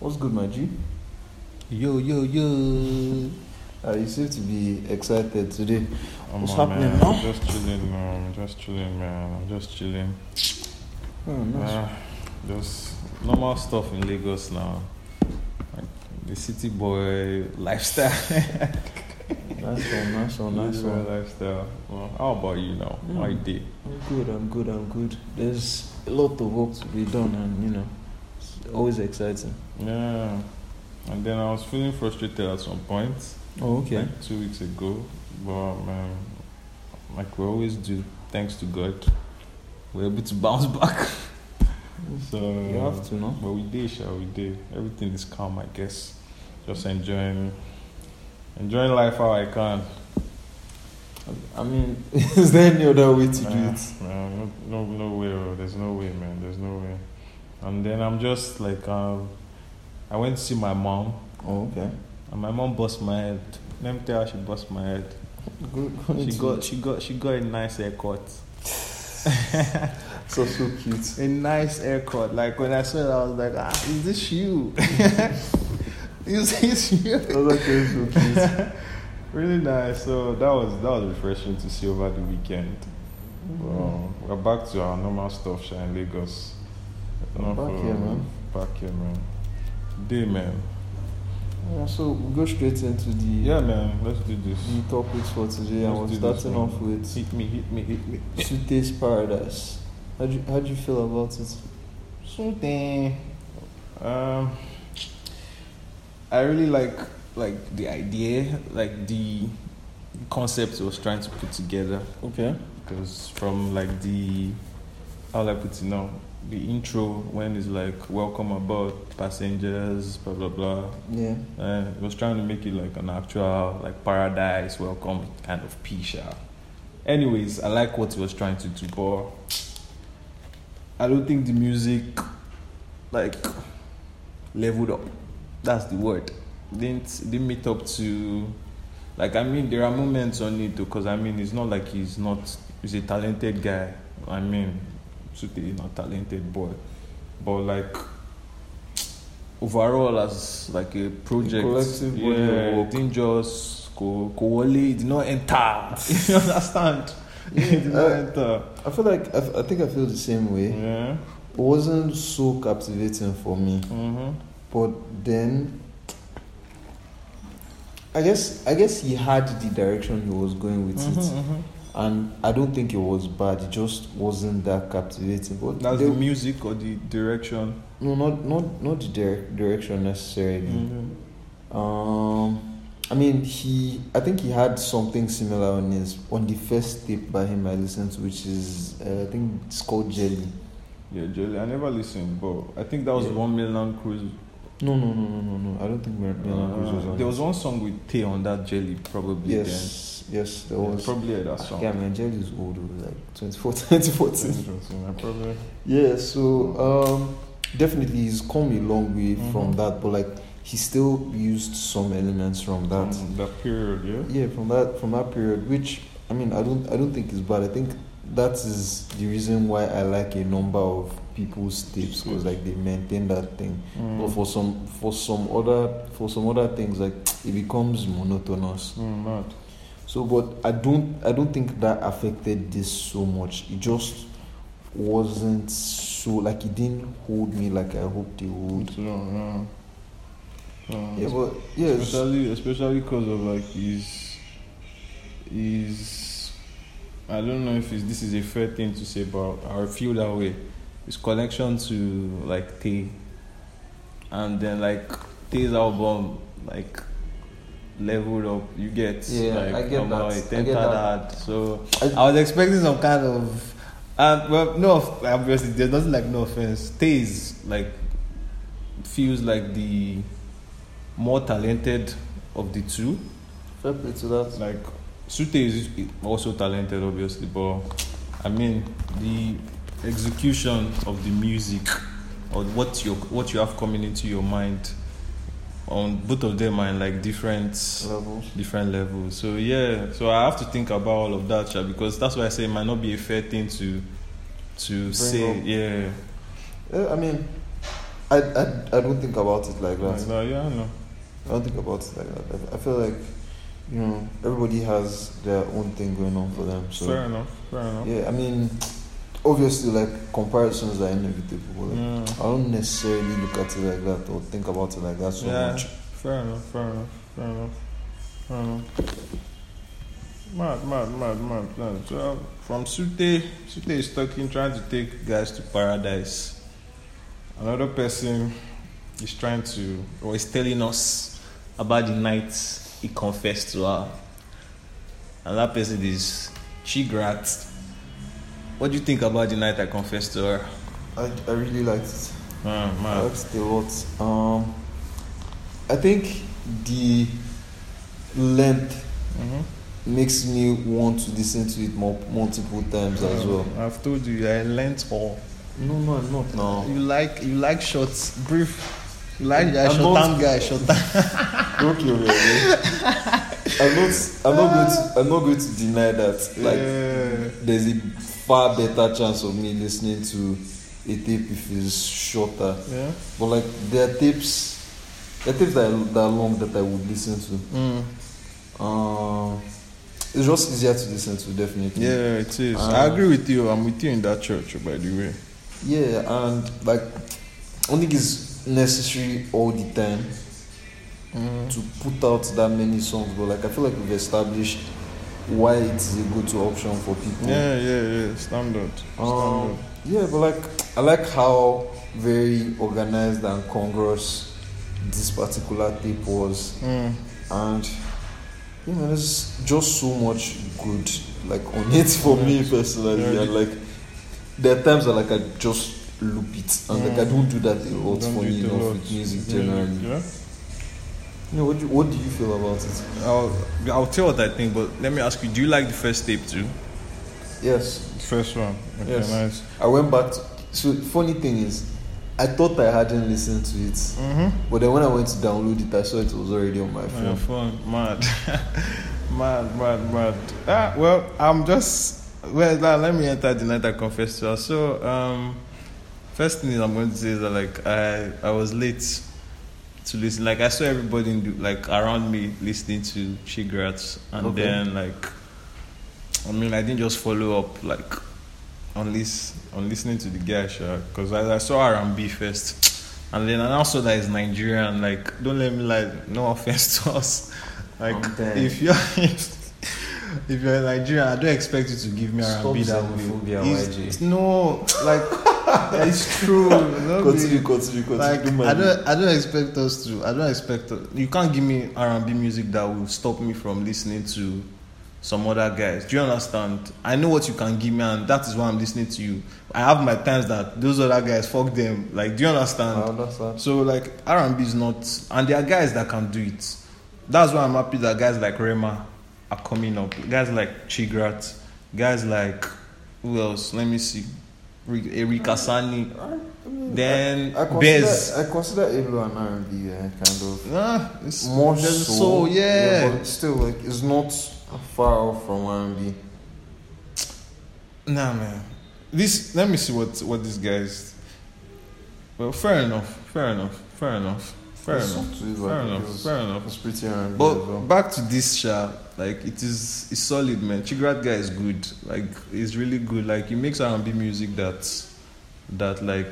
What's good, my G? Yo, yo, yo. Uh, you seem to be excited today. I'm What's on, happening Oh, man. now? I'm just chilling, man. I'm just chilling, man. I'm just chilling. Oh, nice. Ah, just normal stuff in Lagos now. Like the city boy lifestyle. Nice one, nice one, Oh, nice City boy one. lifestyle. Well, how about you now? Mm. My day. I'm good, I'm good, I'm good. There's a lot of work to be done, and you know, it's always exciting. Yeah. And then I was feeling frustrated at some point, Oh, okay. like two weeks ago. But man, like we always do, thanks to God, we're able to bounce back. so You have to, no? But we did, sha, we did. Everything is calm, I guess. Just enjoying, enjoying life how I can. I mean, is there any other way to do it? Man, no, no, no way, oh, there's no way, man, there's no way. And then I'm just like, um, I went to see my mom, Oh, okay. and my mom bust my head. Let me tell her she bust my head. Good. She got, she got, she got a nice haircut. so so cute. a nice haircut. Like when I saw it, I was like, ah, is this you? is this you? Those are kids so cute. really nice. So that was that was refreshing to see over the weekend. Well, Mm-hmm. we're back to our normal stuff, Sha, in Lagos. We're Not back for- here, man. Back here, man. Day, man. Yeah, so we go straight into the Yeah, man. Let's do this. the topics for today. Let's I was do this starting one. off with Hit me, hit me, hit me. Sweet Taste Paradise. How do you, how do you feel about it? Something. Um, I really like like the idea, like the concept he was trying to put together. Okay. Because from like the how will I put it now, the intro when it's like welcome aboard passengers, blah blah blah. Yeah. Uh, it was trying to make it like an actual like paradise welcome kind of piece. yeah. Anyways, I like what he was trying to do, but I don't think the music like leveled up. That's the word. Didn't didn't meet up to like I mean there are moments on it because I mean it's not like he's not he's a talented guy. I mean Sute is not talented boy. But like overall as like a project collective body of yeah, work. it didn't just go go only it did not enter. you understand? it did not Uh, enter. I feel like I, f- I think I feel the same way. Yeah. It wasn't so captivating for me, Mm-hmm. but then I guess I guess he had the direction he was going with mm-hmm, it, and I don't think it was bad. It just wasn't that captivating. But That's they- the music or the direction. no, not not not the dire- direction necessarily. Mm-hmm. Um, I mean, he. I think he had something similar on his on the first tape by him I listened to, which is uh, I think it's called Jelly. Yeah, Jolly. I never listened, but I think that was Yeah. one Milan Cruise. Uh, No, no, no, no, no, no. I don't think Mel- Melon Cruz was on. there it. was one song with Tay on that Jelly, probably. Then. yes, yes, there Yeah, was. probably that I song. can't remember. Jelly is old, it was like 24, 2014. Interesting. I probably. Yeah, so um, definitely he's come a long way from Mhm. that, but like he still used some elements from that. Mm, that period, yeah. Yeah, from that from that period, which I mean, I don't I don't think is bad. I think that is the reason why I like a number of people's tapes because like they maintain that thing. Mm. But for some for some other for some other things, like it becomes monotonous. Mm, mad. So, but I don't I don't think that affected this so much. It just wasn't so like it didn't hold me like I hoped it would. It's long, yeah. Um, Yeah, but yeah, it's- especially especially because of like his his I don't know if it's, this is a fair thing to say, but I feel that way. His connection to like Tay, and then like Tay's album like leveled up. You get Yeah, like, I get somehow that. It I entered get that. that. So I- I was expecting some kind of. And well, no, off- obviously there's nothing like no offense. Tay is like feels like the more talented of the two. fair play to that. Like Sute is also talented, obviously, but I mean the execution of the music or what you what you have coming into your mind on both of them are in like different Levels. different levels. So yeah, so I have to think about all of that, sha, because that's why I say it might not be a fair thing to to say. up. Yeah, Uh, I mean, I, I, I don't think about it like that. Like that, yeah, I know. I don't think about it like that. I, I feel like, you know, everybody has their own thing going on for them. So, fair enough, fair enough. yeah, I mean, obviously, like, comparisons are inevitable. but, Like, Yeah. I don't necessarily look at it like that or think about it like that so Yeah. much. Fair enough, fair enough, fair enough, fair enough. Mad, mad, mad, mad, mad. So, um, from Sute, Sute is talking, trying to take guys to paradise. Another person is trying to, or is telling us about the night he confessed to her. And that person is Chigrat. What do you think about the night I confessed to her? I, I really liked it. Man, I man. liked it a lot. Um, I think the length Mhm. makes me want to listen to it more, multiple times as well. I've told you, I learnt all. No, no, I'm not now. You like you like shorts, brief. You like yeah, I'm short not- time guy, short time. Don't kill me. okay? I'm not. I'm not going to. I'm not going to deny that. Like, Yeah. there's a far better chance of me listening to a tape if it's shorter. Yeah. But like, there are tapes. There are tapes that are, that are long that I would listen to. Mm. Um, it's just easier to listen to, definitely. Yeah, it is. I Uh, agree with you. I'm with you in that church, by the way. Yeah, and like, I don't think it's necessary all the time. Mm. to put out that many songs, but like I feel like we've established why it's a go-to option for people. Yeah, yeah, yeah. Standard. Um, Standard. yeah, but like I like how very organized and congruous this particular tape was, Mm. and you know, there's just so much good like on it for me personally, Yeah. and like there are times that like I just loop it, and like I don't do that a lot Don't for do me it a enough lot. with music Yeah, generally. yeah. You know, what do, what do you feel about it? I'll, I'll tell what I think, but let me ask you: Do you like the first tape too? Yes. First one. Okay, Yes. nice. I went back. To, so funny thing is, I thought I hadn't listened to it, Mm-hmm. but then when I went to download it, I saw it was already on my My phone. phone, mad, mad, mad, mad. Ah, well, I'm just well. Now, let me enter the night I confess to. her. So, um, first thing is I'm going to say is that like I I was late to listen. Like I saw everybody in the, like around me listening to Chigrats, and Okay. then like I mean I didn't just follow up like on this on listening to the guy because I, I saw R&B first. And then and also that is Nigerian, like don't let me like no offense to us. Like I'm dead. if you're if, you're in Nigeria, I don't expect you to give me Stop R&B that way. xenophobia, It's, YG. it's no like it's true. No be- Continue, continue, continue. like my I don't, I don't expect us to. I don't expect you can't give me R and B music that will stop me from listening to some other guys. Do you understand? I know what you can give me, and that is why I'm listening to you. I have my times that those other guys fuck them. Like, do you I understand? understand. So like R and B is not, and there are guys that can do it. That's why I'm happy that guys like Rema are coming up. Guys like Chigrat, guys like who else? Let me see, Ri- Erika Sani. Then I consider, Bez. I consider Elo an R&B yeah, eh, kind of Ah, it's more so. there's soul, yeah. but still, like it's not far off from R&B. nah, man. This let me see what what these guys. Well, fair enough, fair enough, fair enough, fair There's enough, some to it, like, fair enough, it's- fair enough. It's pretty R&B But as well. back to this sha, like it is it's solid man. Chigrat guy is good. Like he's really good. Like he makes R and B music that that like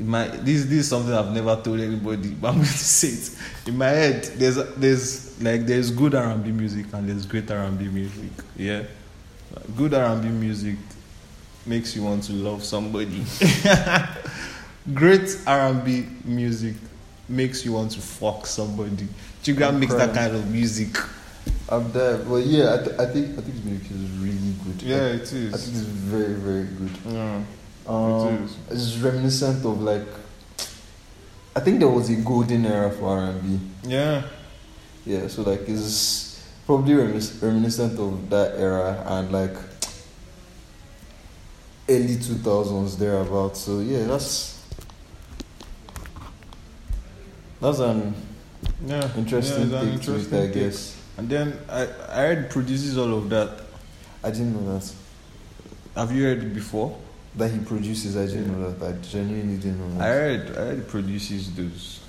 in my this this is something I've never told anybody, but I'm going to say it. In my head, there's there's like there's good R and B music and there's great R and B music. Yeah. Like, good R and B music makes you want to love somebody. great R and B music makes you want to fuck somebody. Chigrat I'm makes that crying. kind of music. I'm there, but yeah, I, th- I think I think his music is really good. I, it I think it's very very good. Yeah. Um, is. It's reminiscent of like, I think there was a golden era for R and B. Yeah. Yeah, so like it's probably remis- reminiscent of that era and like early two thousands thereabouts. So yeah, that's that's an Yeah. interesting yeah, it's an take to it, I take. guess. And then I, I heard produces all of that. I didn't know that. Have you heard it before? that he produces. I didn't know that. I genuinely didn't know. I That. heard, I heard he produces those.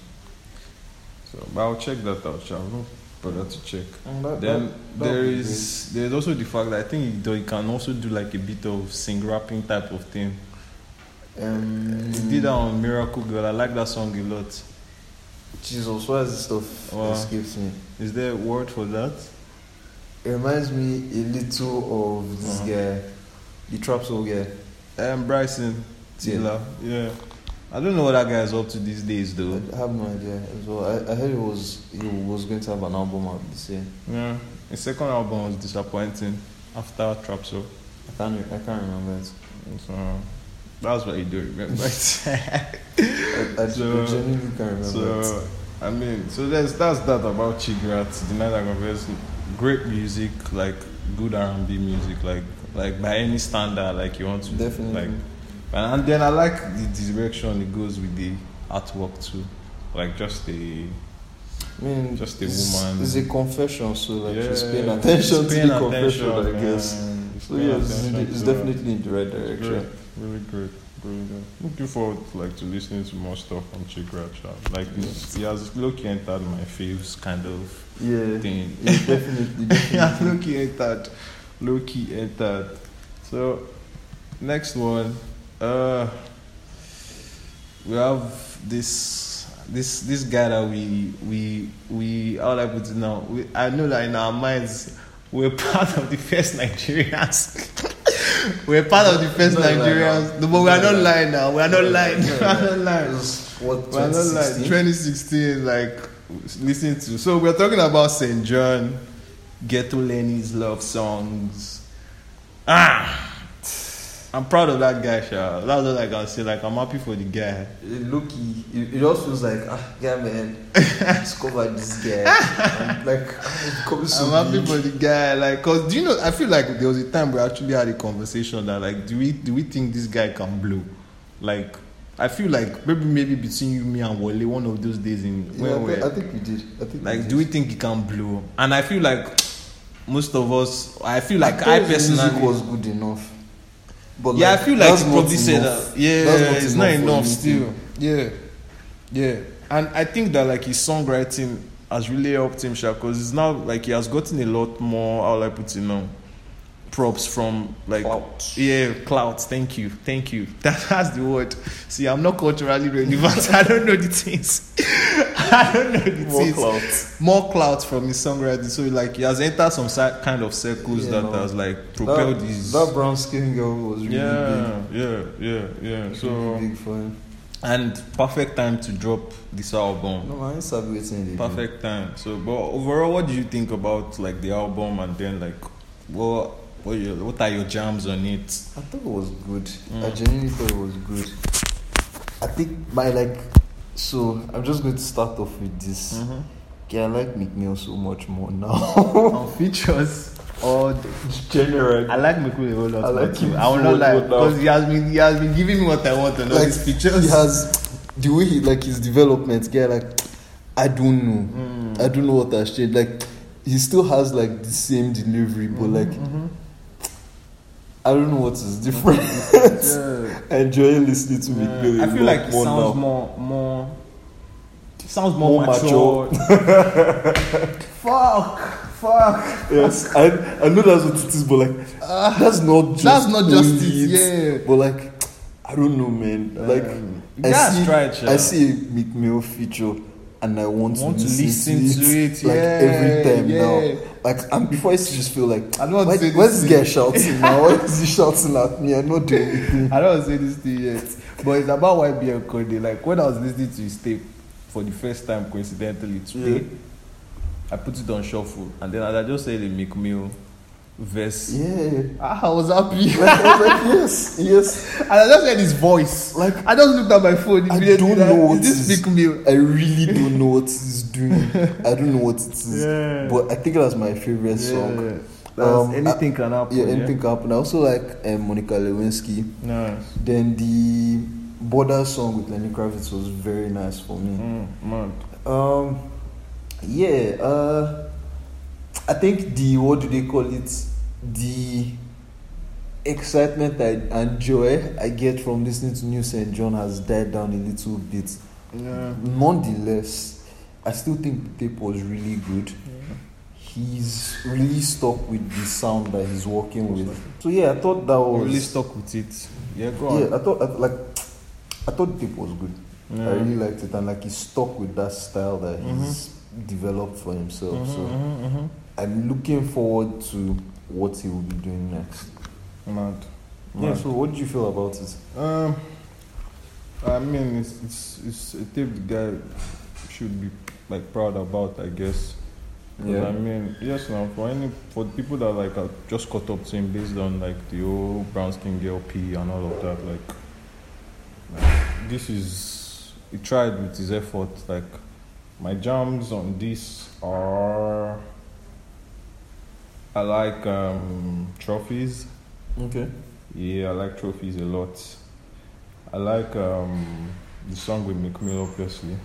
So, but I'll check that out. shall no bother to check. Mm, that- Then that- that there would be is there's also the fact that I think he, do, he can also do like a bit of sing rapping type of thing. great. Um, He did that on Miracle Girl. I like that song a lot. Jesus, why is this stuff Wow. escapes me? Is there a word for that? It reminds me a little of this Uh-huh. guy, the trap soul guy. Um, Bryson Tiller. Yeah. I don't know what that guy is up to these days though. I have no idea as well. I, I heard he was he was going to have an album out this year. Yeah. His second album was disappointing after Trap Soul. I can't re- I can't remember it. So that's what you do remember. it. I, I So- genuinely can't remember. it. so I mean, so there's that's that about Chigrat. The night I confess, great music, like good R and B music, like like by any standard, like you want to Definitely. like. And, and then I like the direction it goes with the artwork too, like just the I mean, just a it's- woman. It's a confession, so like she's paying Yeah, attention she's to paying the confession, attention, I guess. man. She's So paying yeah, it's, attention it's to it. definitely in the right direction. Great. Really great, really good. Looking forward like to listening to more stuff from Chigrat. sha. Like it's, he has low-key entered my faves kind of Yeah, thing. yeah, definitely. he has definitely. low-key entered, low-key entered. So next one, uh, we have this this this guy that we we we how do I put it now? We, I know that in our minds we're part of the first Nigerians. we're part of the first No, no, no. Nigerians. No, but we are No, not no. lying now. We are not No, no, lying. We no, are no. not lying. It's What Well, not 2016? like 2016, like listening to. So we're talking about St. John, Ghetto Lenny's love songs. Ah, I'm proud of that guy, Sha. That's all I can say. Like I'm happy for the guy. Uh, Loki, it, it just feels like, ah, yeah, man, discover this guy. and, like, it comes so I'm happy big. for the guy. Like, cause do you know? I feel like there was a time we actually had a conversation that like, do we do we think this guy can blow? Like, I feel like maybe maybe between you, me, and Wale, one of those days in Yeah, when I, we're thi- I think we did. I think Like, we do we did. think he can blow? And I feel like most of us, I feel like thought I, his music personally. was good enough. But yeah, I feel like that's he not probably said enough. that. Yeah, That's not it's not enough for enough still. anything. Yeah, yeah. And I think that like his songwriting has really helped him, sha, because it's now like he has gotten a lot more. How will I put it now? Props from like Clout. yeah, clout. Thank you, thank you. That, that's the word. See, I'm not culturally relevant. I don't know the things. I don't know the More things clout. more clout from his songwriting. So like he has entered some si- kind of circles Yeah, that no. has like propelled That, his. that brown skin girl was really yeah, yeah, yeah, yeah. big. So really big for him. and perfect time to drop this album. No, I ain't sabi wetin he dey do. Perfect time. So, but overall, what do you think about like the album and then like what what your, what are your jams on it? I thought it was good. I Mm. genuinely thought it was good. I think my like, so I'm just going to start off with this. Mm-hmm. Yeah, I like McNeil so much more now. On features or General. I like Mikul a whole lot. I like more him too. I will so not lie much more now. because he has been he has been giving me what I want on all Like, these features. He has the way he like his development. Yeah, like I don't know. Mm. I don't know what I should like. He still has like the same delivery, but like Mhm, I don't know what is different. mhm. Yeah. I enjoy listening to Yeah, McNeil. a Euh, I feel lot like it more sounds now. more more. It sounds more, More mature. fuck, fuck. Yes, I, I know that's what it is, but like that's not Ah. just That's not just only it. Yeah. But like I don't know, man. Like Um, you I guys see, try it, I yeah. see a McNeil feature, and I want, Want to listen, to it, like yeah, every time yeah. now. Like and before I used to just feel like I don't want why, to say why this is this thing. guy shouting now? Why is he shouting at me? I'm not doing anything. I don't say this thing yet, but it's about YBL Cody. Like when I was listening to his tape for the first time, coincidentally today, I put it on shuffle, and then as I just said the Mick Mill verse, Yeah, Ah, I was happy. like, I was like yes, yes. and I just heard his voice. Like I just looked at my phone I immediately. don't like, know what is this- this big meal. I really don't know what it's doing. I don't know what it is. Yeah. But I think that's my favorite song. Yeah. That's- Um, anything can happen. Yeah, anything can happen. I also like um, Monica Lewinsky. No. Then the border song with Lenny Kravitz was very nice for me. Mm, mad. Um, yeah, uh, I think the what do they call it? The excitement I, and joy I get from listening to New St. John has died down a little bit. Yeah. Nonetheless, I still think the tape was really good. He's really stuck with the sound that he's working with. So yeah, I thought that was really stuck with it. Yeah, go on. Yeah, I thought I, like I thought the tape was good. Yeah. I really liked it and like he stuck with that style that he's Mm-hmm. developed for himself. Mhm, So mhm, mhm. I'm looking forward to what he will be doing next. Mad. Yeah, Mad. so what do you feel about it? Um, I mean, it's it's it's a tape the guy should be like proud about, I guess. 'Cause, I mean, yes, now for any for people that like are just caught up to him based on like the old brown skin girl P and all of that, like, like, this is he tried with his effort. Like my jams on this are I like um, trophies. Okay. Yeah, I like trophies a lot. I like um, the song with McMill, obviously.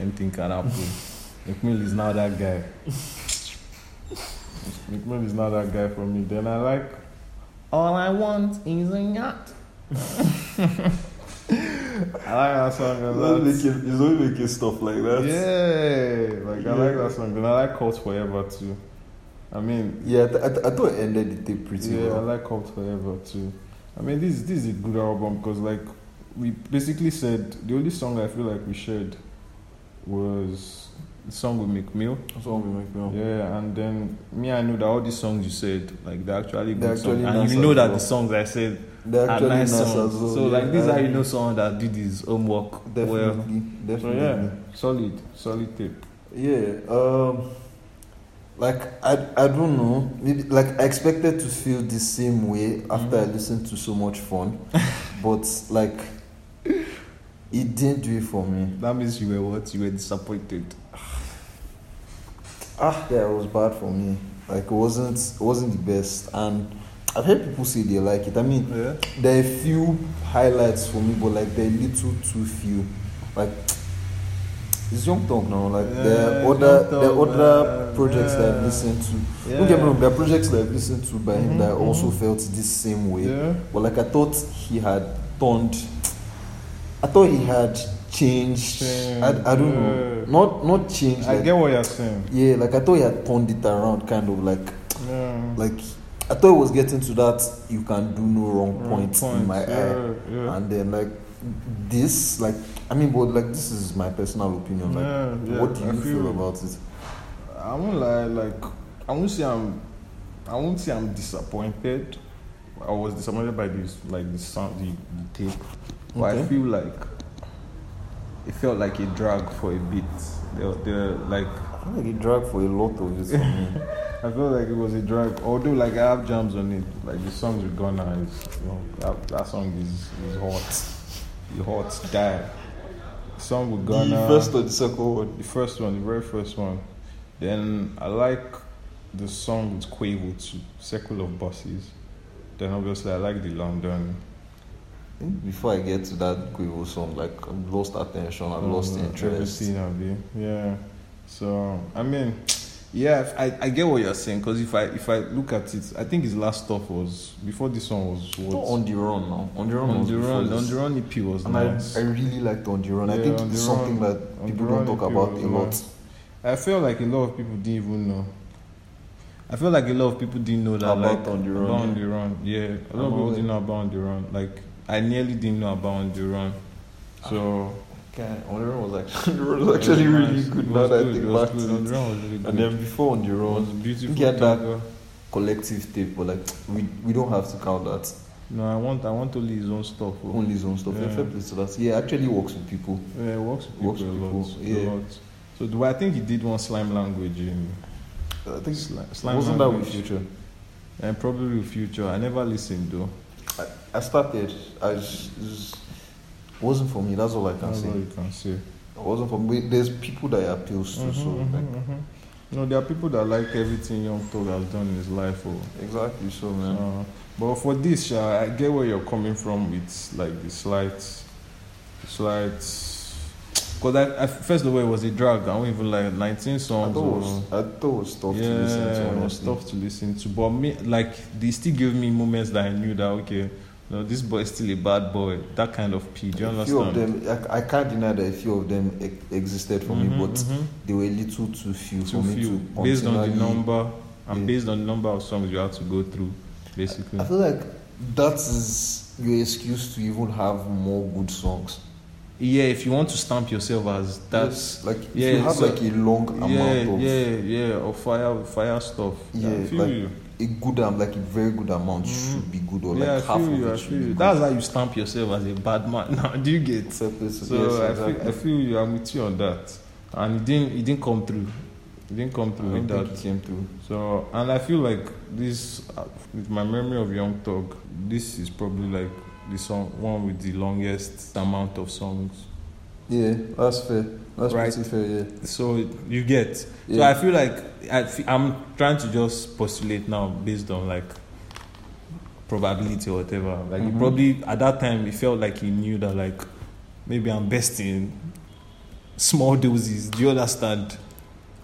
Anything can happen. McMill is not that guy. McMill is not that guy for me. Then I like All I Want is a Yacht. I like that song a lot. he's only making stuff like Yeah, like I like Yeah. that song. And I like Cult Forever too. I mean, Yeah, I, th- I, th- I thought it ended the tape pretty yeah, well. I like Cult Forever too. I mean, this this is a good album because like we basically said the only song I feel like we shared was the song with McMill. That's what we make now. Yeah, and then me, I know that all these songs you said like they're actually good They're songs, actually and nice you know as that well. the songs I said They're are actually Ah, nice nice as songs. well. so like yeah. this is how you know someone that did his homework Definitely, well. So definitely. yeah, solid, solid tape. Yeah, um, like I, I don't know. Maybe like I expected to feel the same way after Mm-hmm. I listened to so much fun, but like it didn't do it for me. That means you were what? You were disappointed. Ah, yeah, it was bad for me. Like it wasn't it wasn't the best, and I've heard people say they like it. I mean, Yeah. there are a few highlights for me, but like they're little too few. Like it's Young Thug now. Like there Yeah, are other Young there are Thug, other man. projects that I've Yeah. listened to. Yeah. Don't get me wrong, there are projects that I've listened to by him Mhm, that I mhm. also felt this same way. Yeah. But like I thought he had turned I thought he had changed. I, I don't know. Changed, yeah. Not not changed I like, get what you're saying. yeah, like I thought he had turned it around kind of like Yeah. like I thought it was getting to that you can do no wrong Wrong point, in point, my eye. yeah, yeah. And then like this, like I mean, but like this is my personal opinion. Like, Yeah, yeah, what do I you feel feel- about it? I won't lie, like I won't say I'm I won't say I'm disappointed. I was disappointed by this like the sound the, the tape. But I Okay. feel like it felt like a drag for a bit. The, the like I feel like it dragged for a lot of it for me. I felt like it was a drag. Although like I have jams on it. Like the songs with Ghana is you know, that, that song is, is hot. The hot guy. Song with Ghana. or the second one? The first one, the very first one. Then I like the song with Quavo too, Circle of Buses. Then obviously I like the London. Before I get to that Quavo song, like I've lost attention, I've lost Mm, interest. Everything of it. Yeah. So I mean, yeah, I, I get what you're saying because if I if I look at it, I think his last stuff was before this one was what Not on the run now. On the run on was the before run. this. On the run EP was And nice. I, I really liked on the run. I Yeah, think On the it's something Run- that On people the don't Run talk EP about was a lot. nice. I feel like a lot of people didn't even know. I feel like a lot of people didn't know that About like, On the Run, About yeah. on the run, yeah. A lot About of people it. didn't know about on the run. Like I nearly didn't know about on the run. So Okay, on the run was actually, on the run was actually really nice. good. It Now was that I good, think it was back good. to On it. the run was really good. And then before on the it run, was beautiful. get that. tango. collective tape, but like we we don't have to count that No, I want I want only his own stuff. oh. Bro. only zone stuff. Yeah. Yeah. Fair play to that. Yeah, actually works with people. Yeah, it works with people, Works a, with lot, people, yeah. a lot. So do I I think he did one slime language in I think slime, slime wasn't that with language. Future? And probably with future. I never listened though. I, I started. I just, just wasn't for me. That's all I can That's say. all It you can say. wasn't for me. There's people that it appeals to. Mm-hmm, so like, No, there are people that like everything Young Thug has done in his life. Oh. exactly. So man, Uh, but for this, uh, I get where you're coming from with like the slight, slight Because I, I, first of all, it was a drag. I don't even like 19 songs. I thought it or- was, I thought it was tough yeah, to listen to. it was honestly. tough to listen to. But me, like, they still gave me moments that I knew that, okay, no, this boy is still a bad boy. That kind of P. Do you A understand? few of them, I, I can't deny that a few of them ex- existed for Mhm, me, but mhm. they were little too few Too for me few. to Based on the continually- number, and Yeah. based on the number of songs you have to go through, basically. I feel like that is your excuse to even have more good songs. yeah, if you want to stamp yourself as that's. like if yeah, you have so- like a long Yeah, amount of yeah, yeah, or fire, fire stuff. I Yeah, feel like, you. a good am- like a very good amount Mhm. should be good or yeah, like I half feel of you. I it feel should be you. good. That's how you stamp yourself as a bad man. Now, do you get? It's a place to- So yes, I, feel, I exactly. feel you. I'm with you on that. And it didn't, it didn't come through. It didn't come I through don't with think that. it came through. So, and I feel like this, uh, with my memory of Young Thug, this is probably like the song one with the longest amount of songs. Yeah, that's fair. That's Right. pretty fair. Yeah. So you get. So Yeah. I feel like I fe- I'm trying to just postulate now based on like probability or whatever. Like he Mhm. probably at that time he felt like he knew that like maybe I'm best in small doses. Do you understand?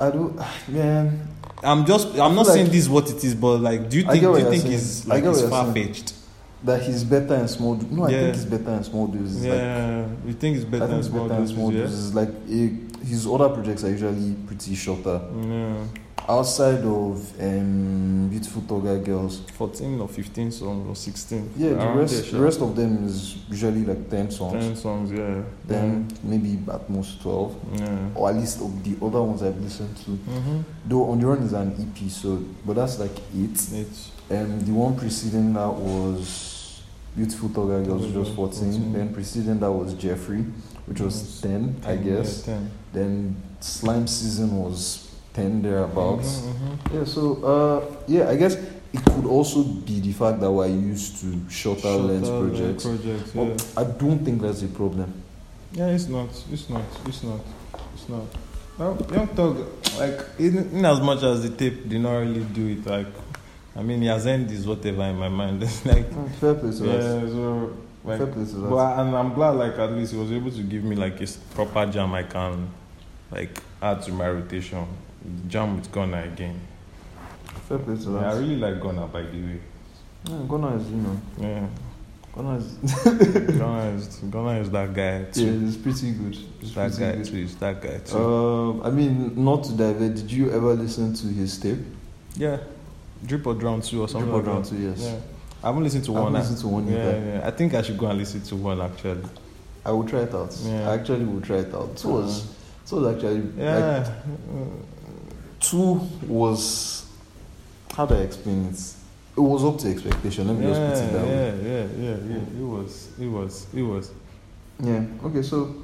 I do, man. I'm just I'm not feel saying like- this is what it is, but like do you I get think do what you you're think saying. it's I like get what it's you're far saying. fetched? That he's better in small. Do- no, I Yeah. think he's better in small doses. Like, Yeah, uh, you think it's I better think than he's small better in doses? small yeah? doses. Like eh, his other projects are usually pretty shorter. yeah, Outside of um, beautiful Toga girls, fourteen or fifteen songs or sixteen. yeah, the around there, rest, sha. the rest of them is usually like ten songs. ten Mm-hmm. songs. Yeah, Then maybe at most twelve. yeah. or at least of the other ones I've listened to. Mm-hmm. Though on the run is an EP, so but that's like it. It's Um, the one preceding that was Beautiful Toga Girls, which was 14. 14. Then preceding that was Jeffrey, which was Yes. 10, I guess. Yeah, ten. Then Slime Season was 10 thereabouts. Mhm, mhm. Yeah, so uh, yeah, I guess it could also be the fact that we're used to shorter Shorter length length projects. projects, yeah. But I don't think that's a problem. yeah, it's not. It's not. It's not. It's not. Well, Young Thug, like in, in as much as the tape did not really do it, like I mean, he has earned his whatever in my mind. It's like Fair play to Mm. yeah, that. so like. Fair play to that. But I- and I'm glad, like at least he was able to give me like a s- proper jam I can, like add to my rotation. Jam with Gunna again. Fair play to that. Yeah, I really like Gunna by the way. Yeah, Ghana is, you know, Yeah, Ghana is Gunna is Ghana is that guy too. yeah, it's pretty good. It's that pretty guy good. too. It's that guy too. Um, I mean, not to divert. Did you ever listen to his tape? yeah, drip or drown too, or something. Drip or Drown like Too, yes. Yeah. I haven't listened to I one. haven't listened to one yeah, either. yeah. I think I should go and listen to one actually. I will try it out. Yeah. I actually will try it out. Two was, two was actually like Yeah, two was. How do I explain it? It was up to expectation. Let me yeah, just put it yeah, down. yeah, yeah, yeah. It was, it was, it was. Yeah. Okay. So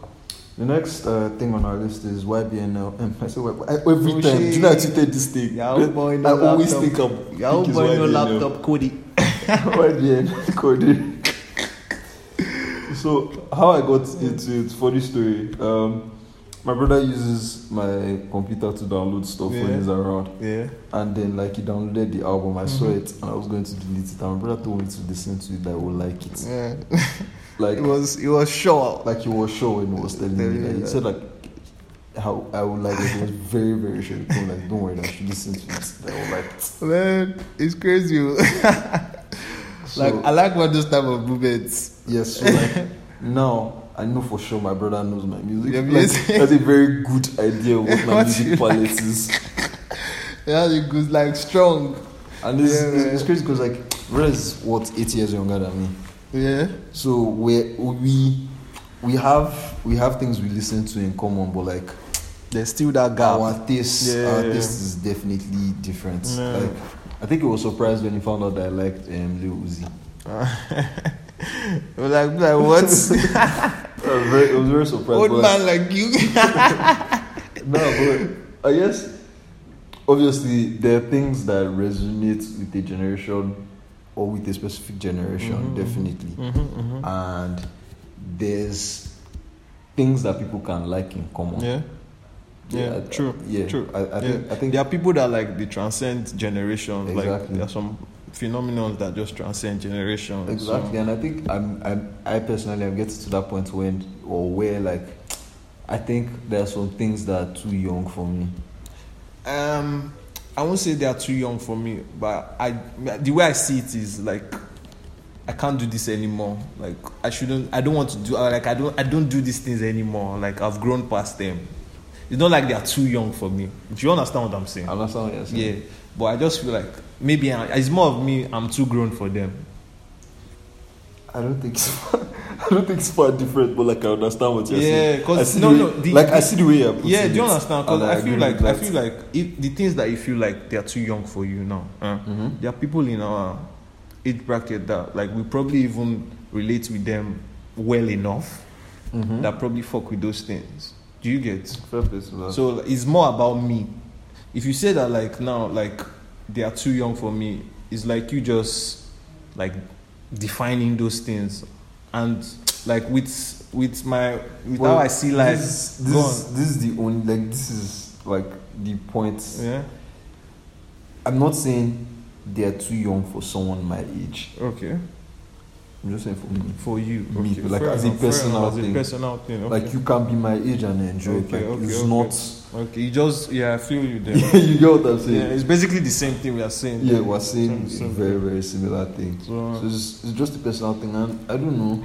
the next uh, thing on our list is YBNL. Um, I say y- I- every Oh, time. Do you shit. know how to take this thing? Yahoo boy, I no always laptop. think I'm. Yahoo think it's boy, no YBNL. laptop, Cody. YBNL Cody. so how I got into it? Funny story. Um, my brother uses my computer to download stuff when Yeah. he's around, Yeah. and then like he downloaded the album. I saw Mhm. it, and I was going to delete it. And my brother told me to listen to it. That I would like it. Yeah. Like It was, it was sure. like he was sure when he was telling me Telling that. you He that. said like how I would like it. He was very very sure. He told me, like don't worry, I should listen to it. That I would like it. Man, it's crazy. oh. So, like, I like what this type of movements. yes, so like now. I know for sure my brother knows my music. Your Like, music. that's a very good idea of what my What you music like. palette is. Yeah, it goes like strong. And this, Yeah, it's, man. it's crazy because like Brother is what eight years younger than me. Yeah. So we we we have we have things we listen to in common, but like There's still that gap. our taste Yeah, our yeah, taste is definitely different Yeah. like i think he was surprised when he found out that i liked um, lil uzi We're like, like what? very, i was very surprised Old man like you. no but i guess obviously there are things that resonate with a generation or with a specific generation Mhm, mhm. definitely Mm-hmm, and there's things that people can like in common Yeah. Yeah, I- true, yeah true. i, I think i think There are people that like they transcend generations. Like Exactly. there are some phenomenons that just transcend generations. Exactly, and I think I'm, I'm I personally I'm getting to that point when or where like I think there are some things that are too young for me. Um, I won't say they are too young for me, but I the way I see it is like I can't do this anymore. Like I shouldn't. I don't want to do. Like I don't. I don't do these things anymore. Like I've grown past them. It's not like they are too young for me. Do you understand what I'm saying? I understand what you're saying. yeah, but I just feel like maybe I, it's more of me. I'm too grown for them. I don't think it's I don't think it's far different, but like I understand what you're saying. Yeah, 'cause- I see no, the way, no, the- like I see the way you're putting Yeah, do you it, understand? Because and I, feel agree like with I that. feel like if the things that you feel like they are too young for you now. Uh, Mhm. There are people in our age bracket that like we probably even relate with them well enough Mhm. that probably fuck with those things. Do you get? Fair place to that. So like, it's more about me. If you say that like now, like they are too young for me, it's like you just like defining those things, and like with with my with Well, how I see life. this, go this, this is the only like this is like the point. yeah. I'm not saying they are too young for someone my age. Okay. I'm just saying for me. For you. Me, okay. like, Fair as a enough, fair personal enough, As a thing. personal thing. Okay. Like you can be my age and enjoy it. Like Okay, okay, it's okay. not. Okay. You just yeah. I feel you there. Yeah, you get what I'm yeah. saying. It's basically the same thing we are saying. Yeah, we're saying Same- same very very similar thing. So, So it's, it's just a personal thing, and I don't know.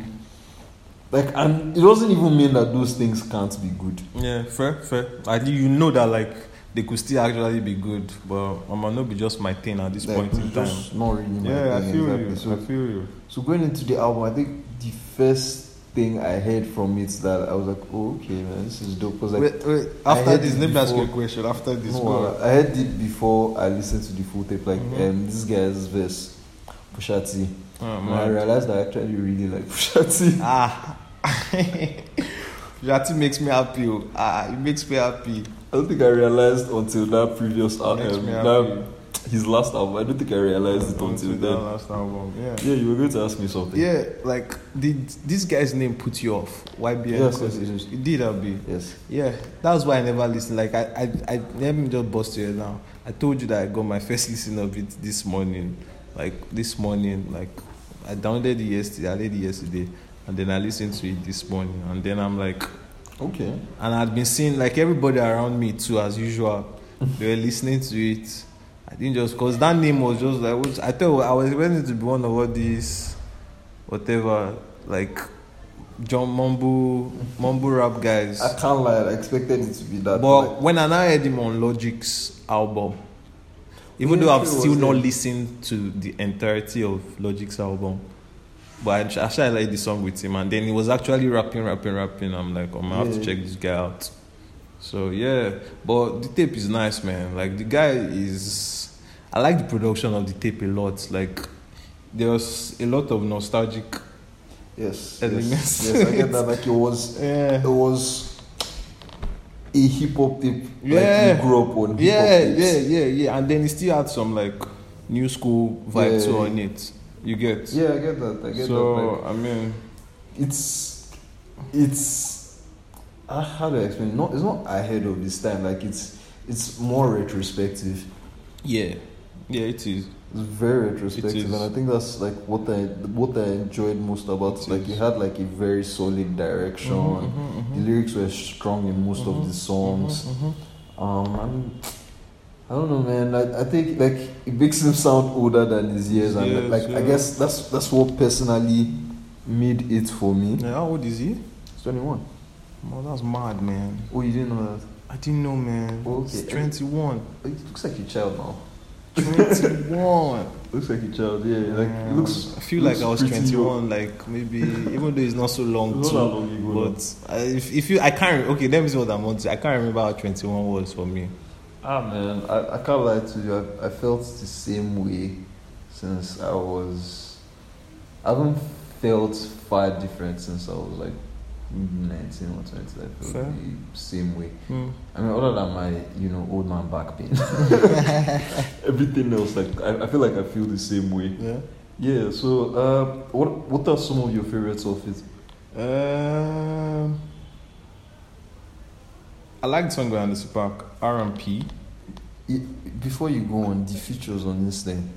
Like, and it doesn't even mean that those things can't be good. Yeah, fair, fair. I think you know that like they could still actually be good, but I might not be just my thing at this Like, point in it's time. just not really my Yeah, I thing, feel exactly. you. So I feel you. So going into the album, I think the first thing I heard from it that I was like, oh, okay, man, this is dope. Because like, wait. I After heard this, it let me ask you a before. question. After this, no, go. I heard it before I listened to the full tape. Like, Mm-hmm. Mhm. um, this guy's verse, Pusha T. Oh, And I man. realized that I actually really like Pusha T. Ah, Jati makes me happy. oh. Ah, it makes me happy. I don't think I realized until that previous It makes album, me that, happy. his last album. I don't think I realized it until that then. last album. Yeah. Yeah, you were going to ask me something. Yeah, like did this guy's name put you off? YBN? Yes, Because yes, yes. It did, Abi. Yes. Yeah, that's why I never listen. Like I, I, I let me just bust you now. I told you that I got my first listen of it this morning. Like this morning, like I downloaded it yesterday, I did it yesterday, and then I listened to it this morning, and then I'm like, Okay. and I'd been seeing like everybody around me too, as usual. they were listening to it. I didn't just cause that name was just like which I thought I was expecting it to be one of all these, whatever, like John Mumble Mumble rap guys. I can't lie, I expected it to be that. But when I now heard him on Logic's album, even Yeah, though I've sure, still was not it? listened to the entirety of Logic's album, but I actually like the song with him, and then he was actually rapping, rapping, rapping. I'm like, oh, man, I have to Yeah. check this guy out. So yeah, but the tape is nice, man. Like the guy is, I like the production of the tape a lot. Like there was a lot of nostalgic. yes, Elements. yes, yes, I get that. Like it was Yeah. it was a hip hop tape. Like Yeah. we grew up on hip hop yeah, tapes. yeah, yeah, yeah. And then it still had some like new school vibe Yeah. too on it. You get. Yeah, I get that. I get that. so Like, I mean, it's it's uh, how do I explain? No, it's not ahead of this time. Like it's it's more retrospective. yeah, yeah, it is. It's very retrospective, is. and I think that's like what I what I enjoyed most about. It it. like is. it had like a very solid direction. Mhm, The mhm, lyrics were strong in most Mhm, of the mhm, songs. mhm. Um, I'm, I don't know, man. I, I think like it makes him sound older than his years, and Yes, like I yeah. guess that's that's what personally made it for me. Yeah, how old is he? He's 21. Oh, that's mad, man. Oh, you didn't know that? I didn't know, man. Okay. He's 21. It looks like a child now. 21. Looks like a child. Yeah, like Man, it looks. I feel like looks I was pretty 21, like maybe, even though it's not so long, Not that too. long ago. now. But I, if, if you, I can't, okay, let me see what I'm on to. I can't remember how 21 was for me. Ah man, I, I can't lie to you. I, I felt the same way since I was. I haven't felt far different since I was like maybe 19 or 20. I felt Fair. the same way. Hmm. I mean, other than my, you know, old man back pain, everything else, like, I, I feel like I feel the same way. Yeah. Yeah, so uh, what what are some of your favorite outfits? Um, I like the song by Anderson Park, R and P. Before you go on, the features on this thing.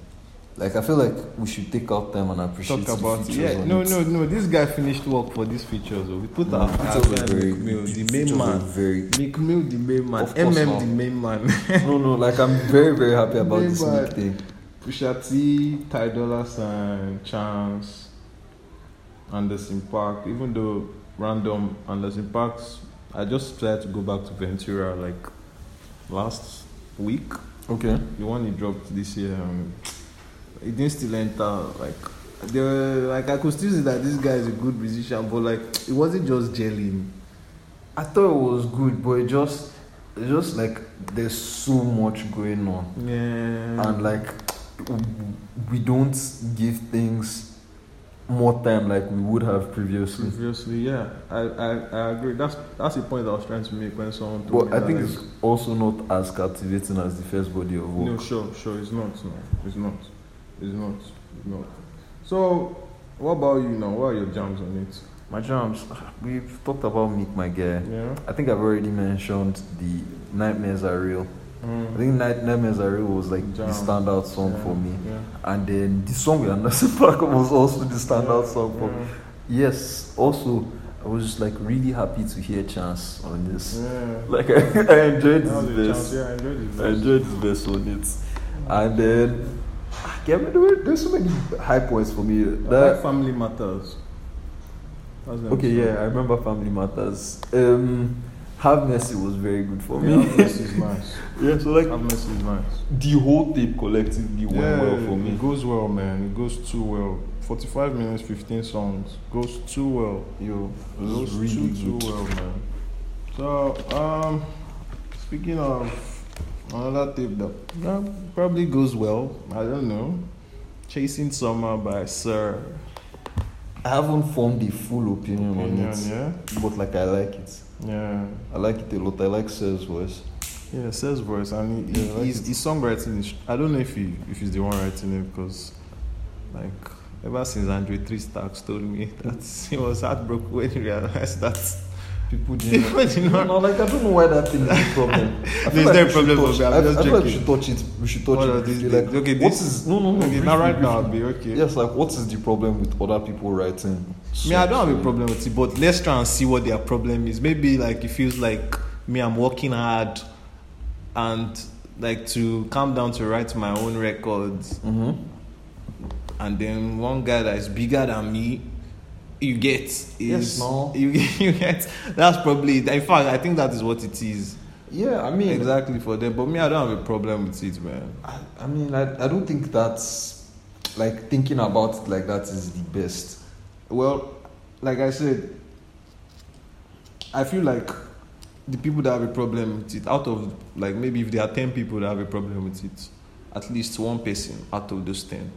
Like I feel like we should take our time and appreciate Talk the about it. features Yeah, on no, it. no, no. This guy finished work for these features. oh. We put our Features were very- McMill, the features main were man. Very McMill, the main man. Of course MM, not. the main man. no, no. Like I'm very, very happy about this Neymar. Nick thing. Pusha T, Ty Dolla Sign, Chance, Anderson Park. Even though random Anderson Parks, I just tried to go back to Ventura like last week. Okay. The one he dropped this year, um, it didn't still enter. Like they were, like I could still see that this guy is a good musician, but like it wasn't just gelling. I thought it was good, but it just, it just like there's so much going on, Yeah. and like w- we don't give things more time like we would have previously. previously, yeah, I, I I agree. That's that's the point I was trying to make when someone But told me I that, think like, it's also not as captivating as the first body of work. No, sure, sure. It's not. No, it's not. It's not. It's not. So, what about you now? What are your jams on it? My jams, we've talked about Meet My Guy. Yeah. I think I've already mentioned the Nightmares Are Real. mm, I think Night- Nightmares Are Real was like the Jam. standout song yeah. for me. Yeah. And then the song with Anderson Parker was also the standout song for me. Yes, also, I was just like really happy to hear Chance on this. Yeah. Like, I, I enjoyed That was a this chance. Yeah, I enjoyed it. I enjoyed the best on it. And then, ah, yeah, man, there were, there's so many high points for me. I like That, family matters. That's the okay, episode. yeah, I remember Family Matters. Um, Have Mercy was very good for Yeah, me. Have Mercy is nice. yeah, so like Have Mercy is nice. the whole tape collectively went Yeah, well for me. It goes well, man. It goes too well. 45 minutes, 15 songs. Goes too well. Yo, it Those was two really too good. well, man. So, um, speaking of another tape that uh, probably goes well, I don't know. Chasing Summer by Sir. I haven't formed a full opinion, on Opinion, it, yeah, but like I like it. yeah, I like it a lot. I like Sir's voice. yeah. Sir's voice and he, Yeah, I like his, his songwriting is. I don't know if he if he's the one writing it because, like, ever since Andre Three Stacks told me that he was heartbroken when he realized that People didn't. people did No, not no, like I don't know why that thing is a problem. I feel There's like no we should problem touch- for me, I'm I, just I feel like we joking. should touch it. We should touch All it. of these briefly, like, things. Okay, what this- is no, no, no. Okay, now briefly, right now I'll briefly. be okay. Yes, like what is the problem with other people writing? Me, I don't have a songs? problem with it, but let's try and see what their problem is. Maybe like it feels like me, I'm working hard, and like to calm down to write my own records, Mhm. and then one guy that is bigger than me, you get is Yes, no. you you get. That's probably it. in fact I think that is what it is Yeah, I mean, exactly for them. But me, I don't have a problem with it, man. I, I mean, I, I don't think that's like thinking about it like that is the best. Well, like I said, I feel like the people that have a problem with it, out of like maybe if there are 10 people that have a problem with it, at least one person out of those 10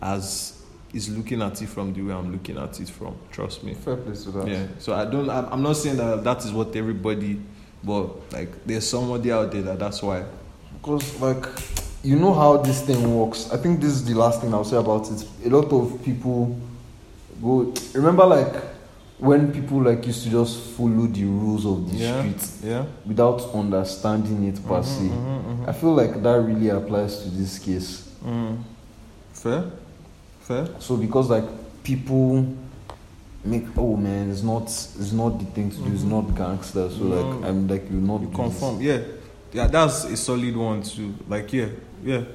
has, is looking at it from the way I'm looking at it from. Trust me. Fair play to that. Yeah. So I don't, I'm I'm not saying that that is what everybody, but like there's somebody out there that that's why. Because, like, you know how this thing works. I think this is the last thing I'll say about it. A lot of people go. Remember, like, when people like used to just follow the rules of the Yeah. street Yeah. without understanding it per se. Mhm, mhm, I feel like that really applies to this case. mhm. Mm. Fair? Fair? So because like people make oh man, it's not it's not the thing to do. It's not gangster. So like Mm-hmm. No. I'm like you're not You do confirm, yeah, yeah. That's a solid one too. Like, yeah, yeah. this.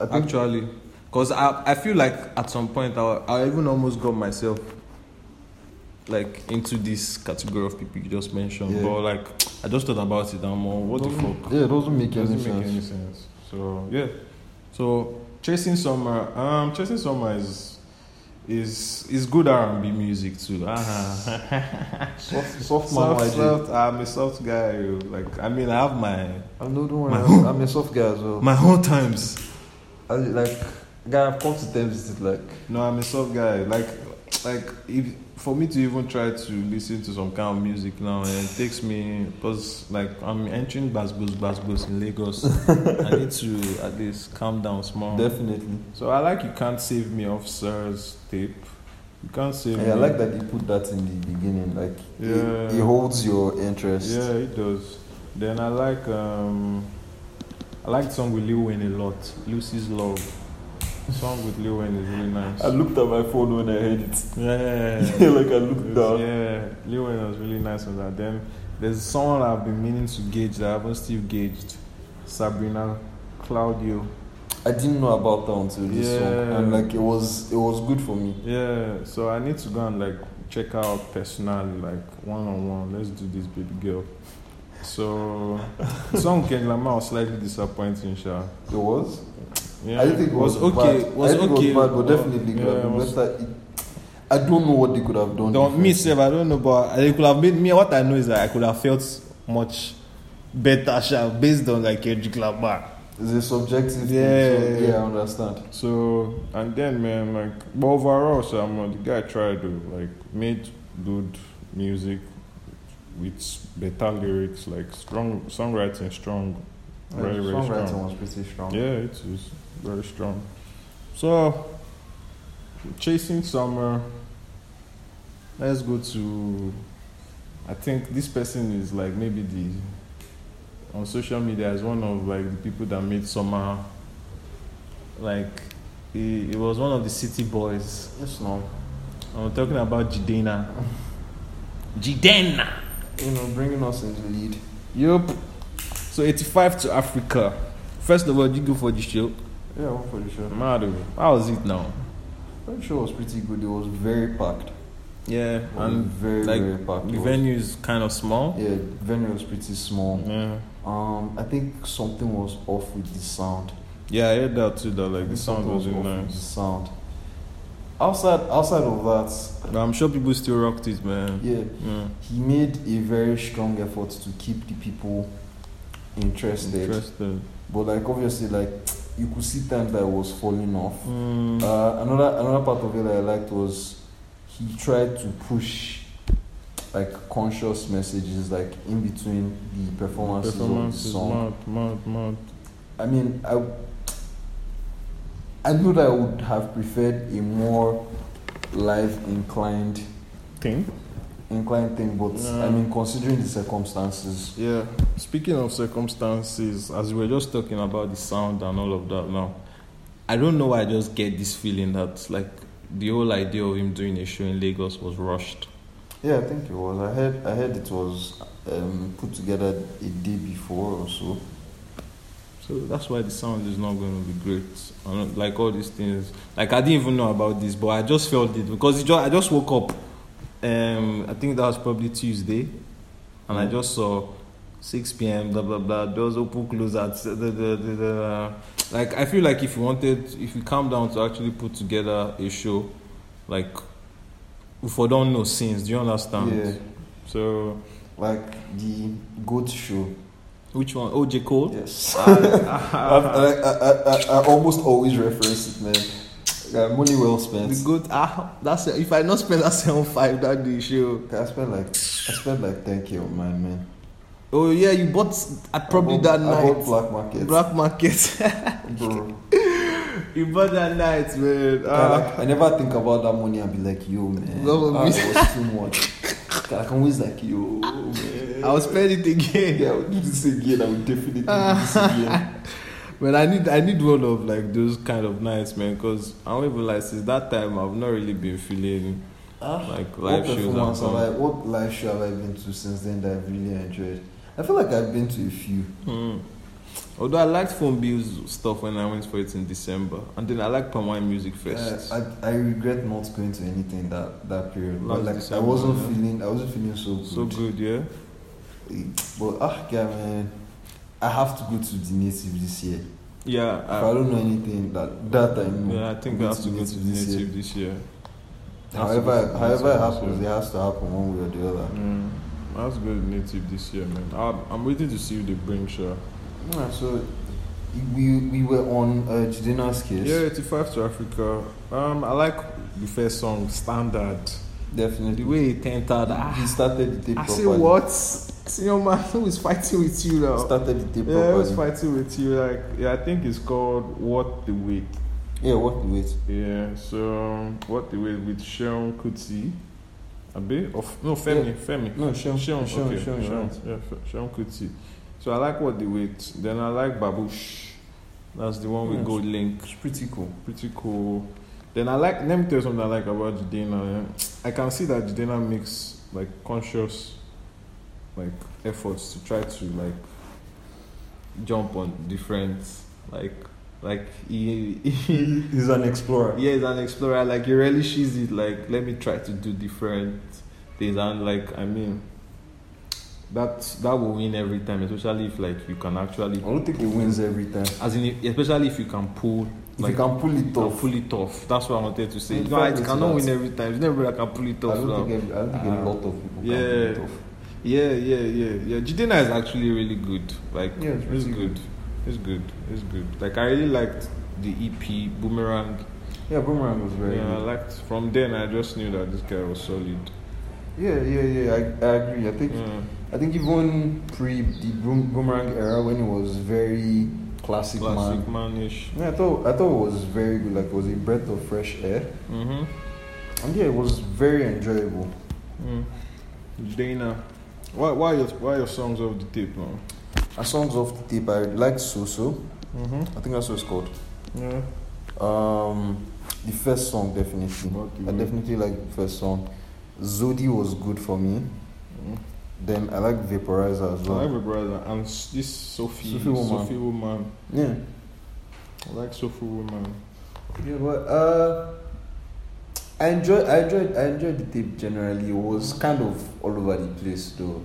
I think Actually, because I, I feel like at some point I, I even almost got myself like into this category of people you just mentioned. Yeah. But like, I just thought about it. I'm on what the doesn't- fuck. Yeah, it doesn't make any doesn't sense. make any sense. So yeah. So chasing summer, um, chasing summer is is is good R&B music too. Uh-huh. Soft, soft man, soft, YG. soft. I'm a soft guy. yo. Like, I mean, I have my I know, don't worry. My- I'm, I'm a soft guy as well. my whole times. I, like, guy, I've come to terms with it. Like, No, I'm a soft guy. Like, like if for me to even try to listen to some kind of music now, eh, it takes me because like I'm entering Basbos, Basbos in Lagos. I need to at least calm down small. definitely. so I like you can't save me off Sir's tape. You can't save me. Yeah, I like that you put that in the beginning. Like, it, Yeah. it holds your interest. Yeah, it does. Then I like um, I like the song with Lil Wayne a lot. Lucy's Love. The song with Lil Wayne is really nice. I looked at my phone when I heard it. Yeah. like I looked down. Yeah, Lil Wayne was really nice on that. Then there's someone I've been meaning to gauge that I haven't still gauged. Sabrina Claudio. I didn't know about that until this song, Yeah. and like it was, it was good for me. Yeah, so I need to go and like check out personally, like one on one. Let's do this, baby girl. So, the song Kendrick Lamar was slightly disappointing, sha. It was. Yeah, I didn't think it was, okay. Bad. Was I think okay, it was bad, but definitely yeah, could have it been was- better. It- I don't know what they could have done. Don't me differently. sef, I don't know, but they could have made me. What I know is that I could have felt much better, sha, based on like Kendrick Lamar. It's a subjective Yeah. thing. So, yeah, I understand. So and then man, like but overall, so I'm the guy tried to like made good music with better lyrics, like strong songwriting, strong, very Yeah, very songwriting strong. was pretty strong. Yeah, it is very strong. So chasing summer. Let's go to. I think this person is like maybe the on social media is one of like the people that made summer. Like he, he was one of the city boys. Yes, no. I'm talking about Jidena. Jidena. You know, bringing us in the lead. Yup. So 85 to Africa. First of all, did you go for the show? Yeah, one for the show. Madu. How was it now? The show was pretty good. It was very packed. Yeah, It was and very like, very packed. It the was- venue is kind of small. Yeah, venue was pretty small. Yeah, Um, I think something was off with the sound. yeah, I heard that too. That like the sound Something wasn't off with The nice, sound. Outside, outside of that, but I'm sure people still rocked it, man. yeah, Yeah, he made a very strong effort to keep the people interested. interesting. But like obviously, like you could see times that it was falling off. Mm. Uh, another another part of it that I liked was he tried to push like conscious messages like in between the performances, Performance is of the song. mad, mad, mad. I mean, I I know that I would have preferred a more live inclined Thing. inclined thing, but I Yeah. mean, considering the circumstances, Yeah. Speaking of circumstances, as we were just talking about the sound and all of that now, I don't know why I just get this feeling that like the whole idea of him doing a show in Lagos was rushed. yeah, I think it was. I heard I heard it was um, put together a day before or so. So that's why the sound is not going to be great. I don't, like all these things, like I didn't even know about this, but I just felt it because it just, I just woke up. Um, I think that was probably Tuesday, and I Mm. just saw 6 p.m. blah blah blah. Doors open, close at da, da, da, da, da. like I feel like if you wanted, if you calm down to actually put together a show, like if I don't know scenes, do you understand? Yeah, So like the goat show. which one? Oh, J Cole. Yes, I, I, I, I, I almost always reference it, man. Uh, money well spent. The good ah that's if I not spend that seven five that day show. I spent like I spent like ten k on mine, man. Oh yeah, you bought at probably I bought, that I bought night. black market. Black market. Bro. you bought that night, man. Yeah, Ah. like, I never think about that money and be like, yo, man, That would ah, be- it was too much. I can always like, yo, man. I will spend it again. yeah, I would do this again. I would definitely do this again. But I need I need one of like those kind of nights, man. Cause I don't even like since that time I've not really been feeling Ah, like what live shows. performance and have I? all. What live show have I been to since then that I've really enjoyed? I feel like I've been to a few. Hmm. Although I liked Phone Bills stuff when I went for it in December, and then I liked Palmwine Music Fest. Uh, I, I regret not going to anything that that period. Last but like December, I wasn't yeah. feeling, I wasn't feeling so good. so good, yeah. Eh, But ah, yeah, man, I have to go to the native this year. Yeah, I- if I don't know anything that that I know. Uh, Yeah, I think we I'm have to go to the this year. native this year. However, however it happens, it has to happen one way or the other. Mm, that's good native this year, man. I'm, I'm waiting to see if they bring sure. Yeah, so we we were on uh, Jidena's case. Yeah, 85 to Africa. Um, I like the first song, Standard. definitely. way it entered, he started the tape I properly. say what? Senior man who is fighting with you He now. started the tape yeah, who is properly. fighting with you? Like, yeah, I think it's called What the Wait. Yeah, what the wait? Yeah, so What the Wait with Sean Kuti. A bit of no Femi, Femi. No, Sean, Sean, Sean, okay, Sean, Sean. Sean, yeah, F- Sean Kuti. So I like what they wait. Then I like Babush. That's the one with Yes. gold link. It's pretty cool. Pretty cool. Then I like. Let me tell you something I like about Jidena. eh. I can see that Jidena makes like conscious, like efforts to try to like jump on different, like like he, he He's an explorer. yeah, he's an explorer. Like he really sees it. Like let me try to do different things. And like I mean, that that will win every time, especially if like you can I actually, don't think he wins every time. as in especially if you can pull If like you can pull it tough. off, Pull it off. That's what I wanted to say. In No, I fact, it's cannot that. win every time. It's never like I can pull it I off. don't now. think, ev- I don't think a Ah. lot of people Yeah. can pull it off. Yeah, yeah, yeah, yeah. Jidena is actually really good. Like, Yeah, it's it's really good. It's good. It's good. Like, I really liked the EP Boomerang. Yeah, Boomerang was very yeah, I good. liked. From then, I just knew that this guy was solid. Yeah, yeah, yeah. I, I agree. I think Yeah, I think even pre the boom, Boomerang era when it was very classic, classic man. manish. Yeah, I thought I thought it was very good. Like it was a breath of fresh air, Mm-hmm. and yeah, it was very enjoyable. Mm. Jidena, why, why your why your songs off the tape now? As songs off the tape, I like Soso. Mm-hmm. I think that's what it's called. Yeah. Mm, Um, the first song definitely. What do I you- definitely like the first song. Zodi was good for me. Mm-hmm. Mm. Then I like Vaporizer as I have well. a brother, and s- this Sophie, Sophie Woman. Sophie woman. Yeah. I like Sophie Woman. Yeah, but uh, I enjoyed, I enjoyed, I enjoyed the tape generally. It was kind of all over the place though,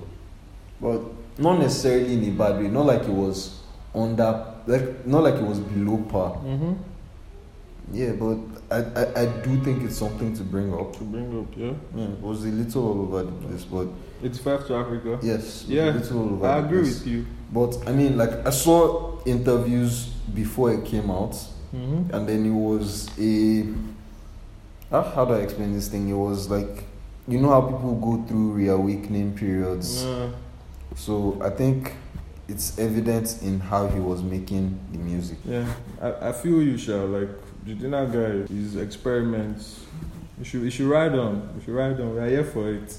but not necessarily in a bad way. Not like it was under, like not like it was below par. Mm-hmm. Yeah, but I, I, I do think it's something to bring up. To bring up, yeah. Yeah, it was a little all over the place, but It's five to Africa. yes, it was Yeah, a little all over I the agree place. with you. But I mean, like I saw interviews before it came out. Mm-hmm. and then it was a ah, how do I explain this thing? It was like you know how people go through reawakening periods. Yeah. So I think it's evident in how he was making the music. yeah. I, I feel you, Sha. Like, Judina guy, his experiments. You should, you should ride on. You should ride on. We are here for it.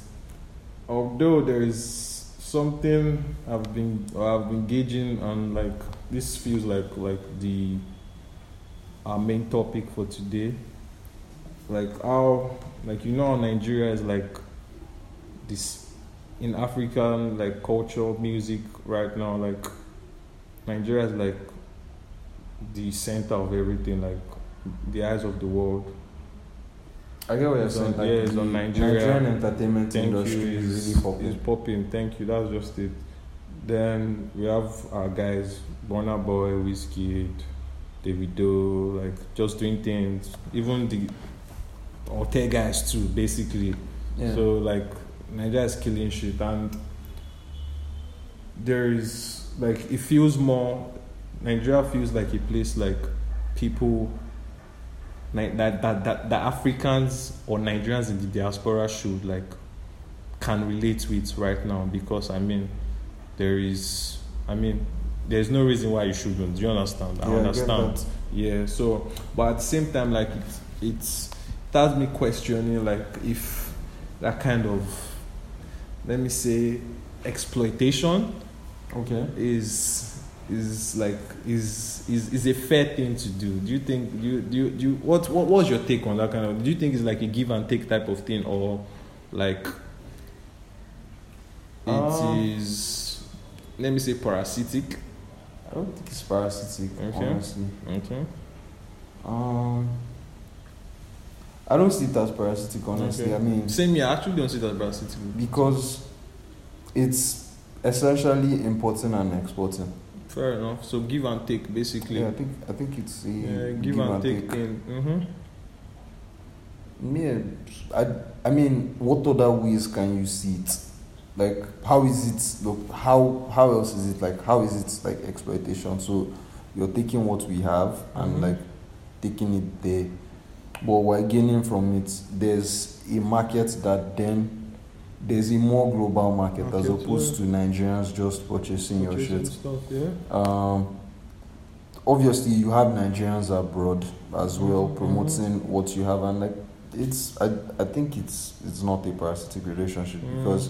Although there is something I've been or I've been gauging on, like, this feels like like the our main topic for today. Like how, like you know, Nigeria is like this in African like culture, music right now. Like Nigeria is like the center of everything, like the eyes of the world. I get what you're saying, like, Yeah, it's on the Nigeria. Nigerian entertainment Thank you industry is is really popular. is popping. Thank you. That's just it. Then we have our guys, Burna Boy, Wizkid, Davido, like just doing things. Even the hotel guys too, basically. yeah. So like Nigeria is killing shit and there is like it feels more Nigeria feels like a place like people like that that that the Africans or Nigerians in the diaspora should like can relate with right now because I mean there is I mean there's no reason why you shouldn't. Do you understand? Yeah, I get understand. that. Yeah, so but at the same time like it's it's that's me questioning like if that kind of let me say exploitation Okay. is is like is is is a fair thing to do. Do you think do you do you, do you what what was your take on that kind of do you think it's like a give and take type of thing or like it is Um, let me say parasitic. I don't think it's parasitic, Okay. honestly. Okay. Um, I don't see it as parasitic, honestly. Okay. I mean, Same here, I actually don't see that as parasitic. because it's essentially importing and exporting. Fair enough. So give and take, basically. Yeah, I Yeah, think I think it's a give, and, take, thing. Mm-hmm. Yeah, I I mean, what other ways can you see it? Like, how is it? Look, how how else is it like? How is it like exploitation? So, you're taking what we have Mhm. and like taking it there, but we're gaining from it. There's a market that then. There's a more global market, as Market, opposed to Nigerians just purchasing your Purchasing shit. Stuff, yeah. Um, obviously, you have Nigerians abroad as well Mhm, promoting what you have, and like it's I, I think it's it's not a parasitic relationship Mm. because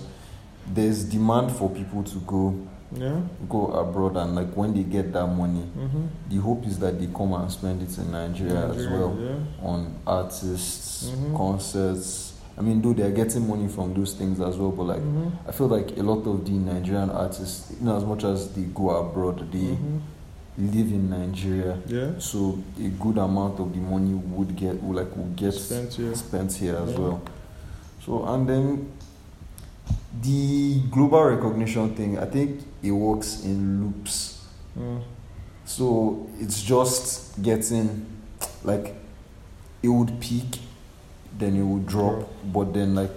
there's demand for people to go Yeah. go abroad and like when they get that money, Mm-hmm. the hope is that they come and spend it in Nigeria, as well Yeah. on artists, Mhm. concerts. I mean, though they're getting money from those things as well, but like mm-hmm. I feel like a lot of the Nigerian artists, in as much as they go abroad, they Mm-hmm. live in Nigeria. Yeah. So a good amount of the money would get would like would get Spent here. spent here as Yeah. well. So and then the global recognition thing, I think it works in loops. Mm. So it's just getting like it would peak, then it would drop, but then like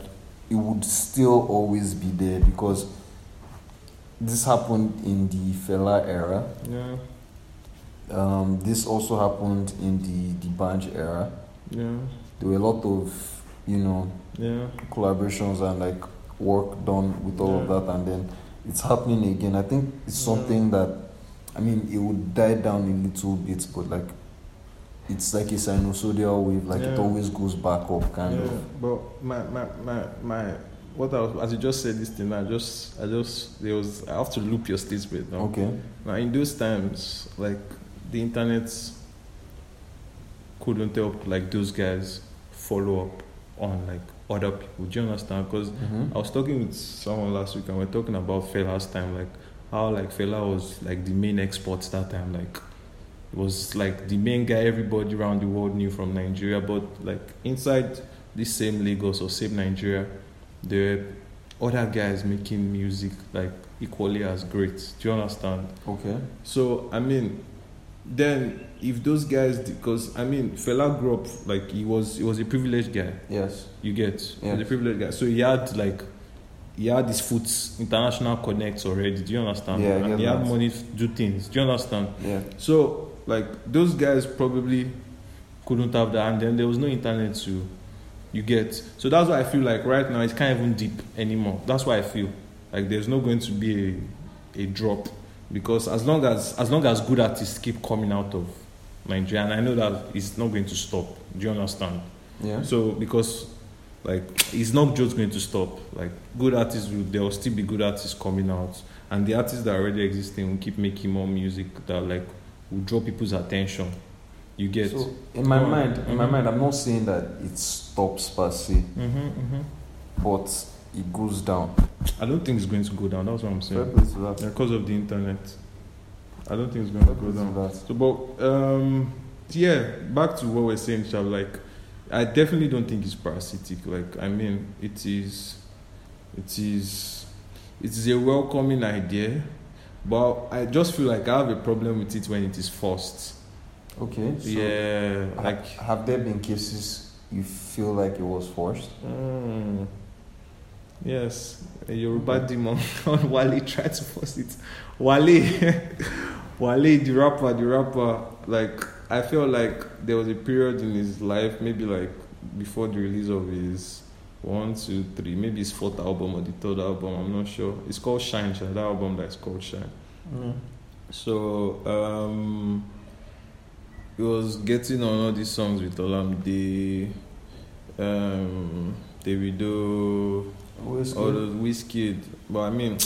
it would still always be there because this happened in the Fela era. Yeah. Um, this also happened in the the Banj era. Yeah. There were a lot of you know Yeah. collaborations and like work done with all Yeah. of that and then it's happening again i think it's something that i mean it would die down a little bit but like it's like a sinusoidal wave like it Yeah. always goes back up kind yeah. of But my, my my my what I was as you just said this thing, I just I just there was I have to loop your statement now. okay Now in those times, like the internet couldn't help like those guys follow up on like other people. Do you understand? Because Mhm. I was talking with someone last week and we are talking about Fela's time, like how like Fela was like the main export that time, like it was like the main guy everybody around the world knew from Nigeria, but like inside this same Lagos or same Nigeria, there were other guys making music like equally as great. Do you understand? okay So I mean, then if those guys, because I mean, Fela grew up like he was he was a privileged guy. yes You get Yeah. the privileged guy. So he had like he had his foot international connects already. Do you understand? Yeah, I get and he had that. money to do things. Do you understand? yeah So like those guys probably couldn't have that, and then there was no internet to you get. So that's why I feel like right now it's can't even deep anymore. That's why I feel like there's not going to be a, a drop because as long as as long as good artists keep coming out of Nigeria, and I know that it's not going to stop. Do you understand? yeah So because like it's not just going to stop. Like good artists will there will still be good artists coming out and the artists that are already existing will keep making more music that like will draw people's attention. You get so in my Go on. mind in my Mhm. mind i'm not saying that it stops per se mm-hmm, mm-hmm. but it goes down I don't think it's going to go down, that's what I'm Fair saying. play to that. Because of the internet. I don't think it's going to Fair go play down. to that So, but um, yeah, back to what we're saying, Shab, like I definitely don't think it's parasitic. Like I mean, it is, it is, it is a welcoming idea, but I just feel like I have a problem with it when it is forced. okay so yeah, ha- like have there been cases you feel like it was forced Mm. Yes, a Yoruba demon on Wale tried to force it. Wale, Wale, the rapper, the rapper. Like I feel like there was a period in his life, maybe like before the release of his one, two, three, maybe his fourth album or the third album. I'm not sure. It's called Shine. Sha, That album that's called Shine. mm. So um he was getting on all these songs with Olamide, um Davido, Always all those Whiskey. But I mean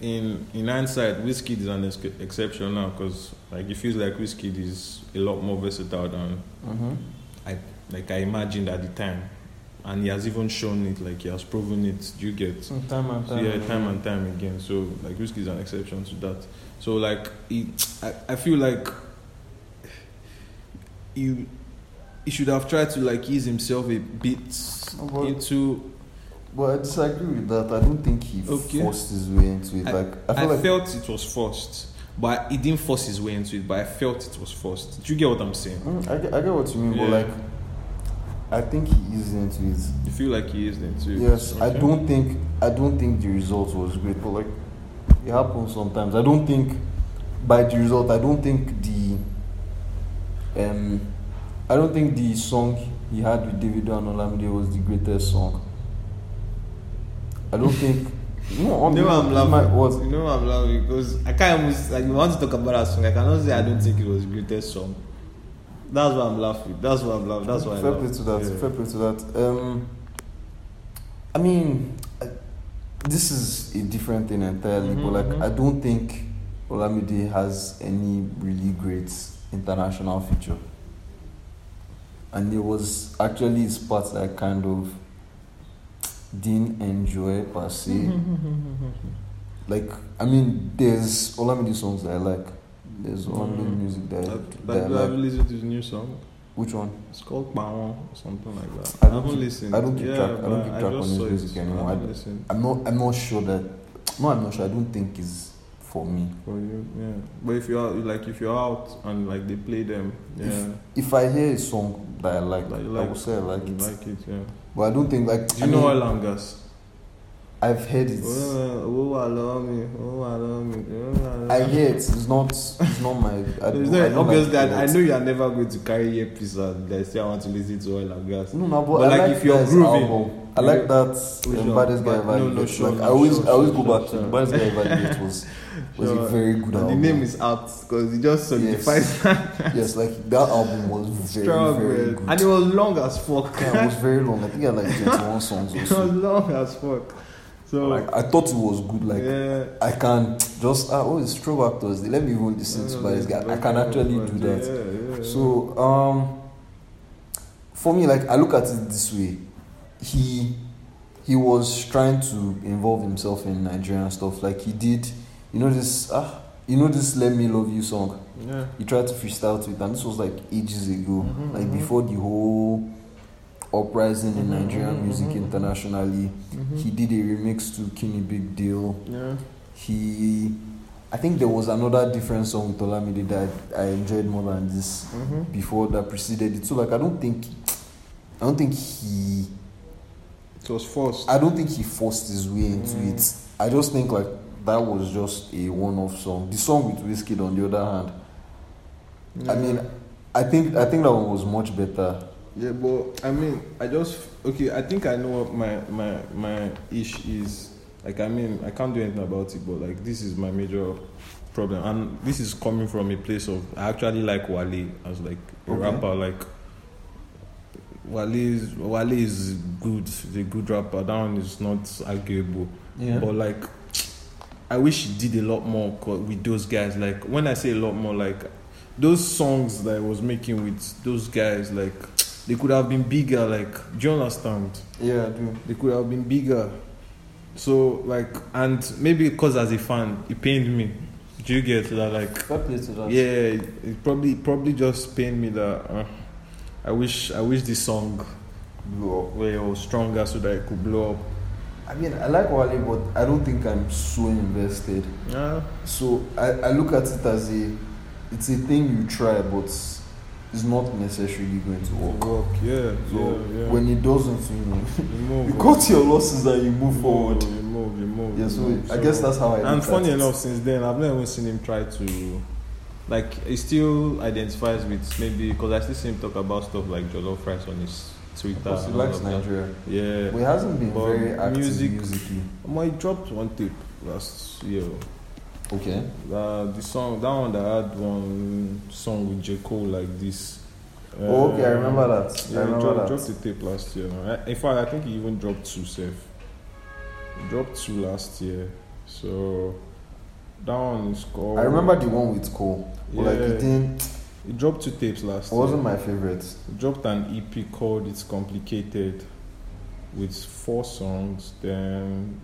in in hindsight Whiskey is an ex- exception now because like it feels like Whiskey is a lot more versatile than Mm-hmm. like I imagined at the time. And he has even shown it, like he has proven it. Do you get time and So, yeah, time and time again. So like whiskey is an exception to that. So like it, I, I feel like you he should have tried to like ease himself a bit No, but- into Well, I disagree with that. I don't think he Okay. forced his way into it. I- like I I, feel like felt it was forced. But he didn't force his way into it, but I felt it was forced. Do you get what I'm saying? Mm, I, get, I get what you mean, but Yeah. like I think he is into it. You feel like he is into it. Yes, I Okay. don't think I don't think the result was great, but like it happens sometimes. I don't think by the result, I don't think the um, I don't think the song he had with Davido and Olamide was the greatest song. I don't think. No, You know I'm laughing. My, what? You know I'm laughing because I can't even like you want to talk about that song. I cannot say I don't think it was the greatest song. That's why I'm laughing. That's why I'm laughing. That's why. I fair laugh. play to that. Yeah. Fair play to that. Um, I mean, I, this is a different thing entirely, Mhm, Mm-hmm, but like mhm. I don't think Olamide has any really great international future. And it was actually his part that I kind of didn't enjoy per se. Mm-hmm. Mm-hmm. Like I mean, there's Olamide songs that I like. There's Olamide Mm-hmm. Mm. music that, uh, I- That, that I uh, that, I've like. listened to his new song. Which one? It's called Pawon or something like that. I I, don't haven't keep- listened. I don't keep yeah, track- I don't but keep track just on his saw it. music anymore. I I- haven't listened I'm not. I'm not sure that. No, I'm not sure. I don't think it's for me. for you. Yeah, but if you're like if you're out and like they play them, yeah, If I hear a song that I like, That you I like. will say I like you it. like it. Yeah. But I don't think like Do you I know mean, Alangas? I've heard it. Uh, Oh, oh, I love me. Oh, I love me. Oh, I love I me. hear it. It's not. It's not my. I It's don't- I not don't obvious like that it. I know you are never going to carry a piece and let's say I want to listen to oil and gas. No, no, but, But I like, like if you're that grooving, album. I you like that we um, should- baddest guy but no, evaluate. no, sure, like I no, always, sure, I always sure, go back sure, to sure. baddest guy evaluate was was a Sure. very good And the album. name is out because it just Yes. solidifies yes, like that album was very, strong, very man. good. and it was long as fuck. Yeah, it was very long. I think I had like twenty-one songs or it was so. long as fuck. So Like, I thought it was good. Like yeah, I can just ah, oh, it's throwback Thursday. Let me even listen to baddest guy. I can actually do that. Yeah, yeah. So um, for me, like I look at it this way, he he was trying to involve himself in Nigerian stuff. Like he did, you know this ah, you know this "Let Me Love You" song. yeah. He tried to freestyle to it, and this was like ages ago, Mhm, Mm-hmm, like mhm. before the whole uprising in Mhm, Nigerian mhm, music mhm, mhm. internationally. Mhm. He did a remix to Kenny Big Deal yeah. he I think there was another different song with Olamide that I enjoyed more than this Mhm. before that preceded it. So like I don't think I don't think he It was forced. I don't think he forced his way into Mm. it. I just think like that was just a one-off song. The song with Wizkid on the other hand, I Yeah. mean, I think I think that one was much better. Yeah, but I mean, I just okay. I think I know what my my my ish is. Like, I mean, I can't do anything about it, but like, this is my major problem, and this is coming from a place of I actually like Wale as like a Okay. rapper. Like, Wale is Wale is good. He's a good rapper. That one is not arguable. Yeah. But like, I wish he did a lot more co- with those guys. Like when I say a lot more, like those songs that I was making with those guys, like they could have been bigger. Like do you understand? yeah, I do. They could have been bigger. So like, and maybe because as a fan, it pained me. Do you get that? Like yeah, it it probably it probably just pained me that. Uh, I wish I wish this song Blew up. were stronger so that it could blow up. I mean, I like Wale, but I don't think I'm so invested. Yeah. So I, I look at it as a it's a thing you try but it's not necessarily going to work. Work, yeah, So yeah, yeah. when it doesn't you know You move you on. cut your losses and you move You forward. move, You move, you move. Yeah, so you move. I guess that's how I And look funny at enough, since then I've never even seen him try to, like, he still identifies with maybe because I still see him talk about stuff like jollof rice on his Twitter. it. Because he and all likes of that. Nigeria. Yeah. But he hasn't been But very active music- musically. Omo, he dropped one tape last year. Okay. Uh, the song, that one that had one song with J Cole like this. Uh, oh, okay, I remember that. Yeah, I he remember dropped, that. dropped the tape last year. I- In fact, I think he even dropped two safe. He dropped two last year. So that one is called. I remember the one with Cole. Yeah, But like it didn't it he dropped two tapes last wasn't year. my favorite. He dropped an EP called "It's Complicated," with four songs. Then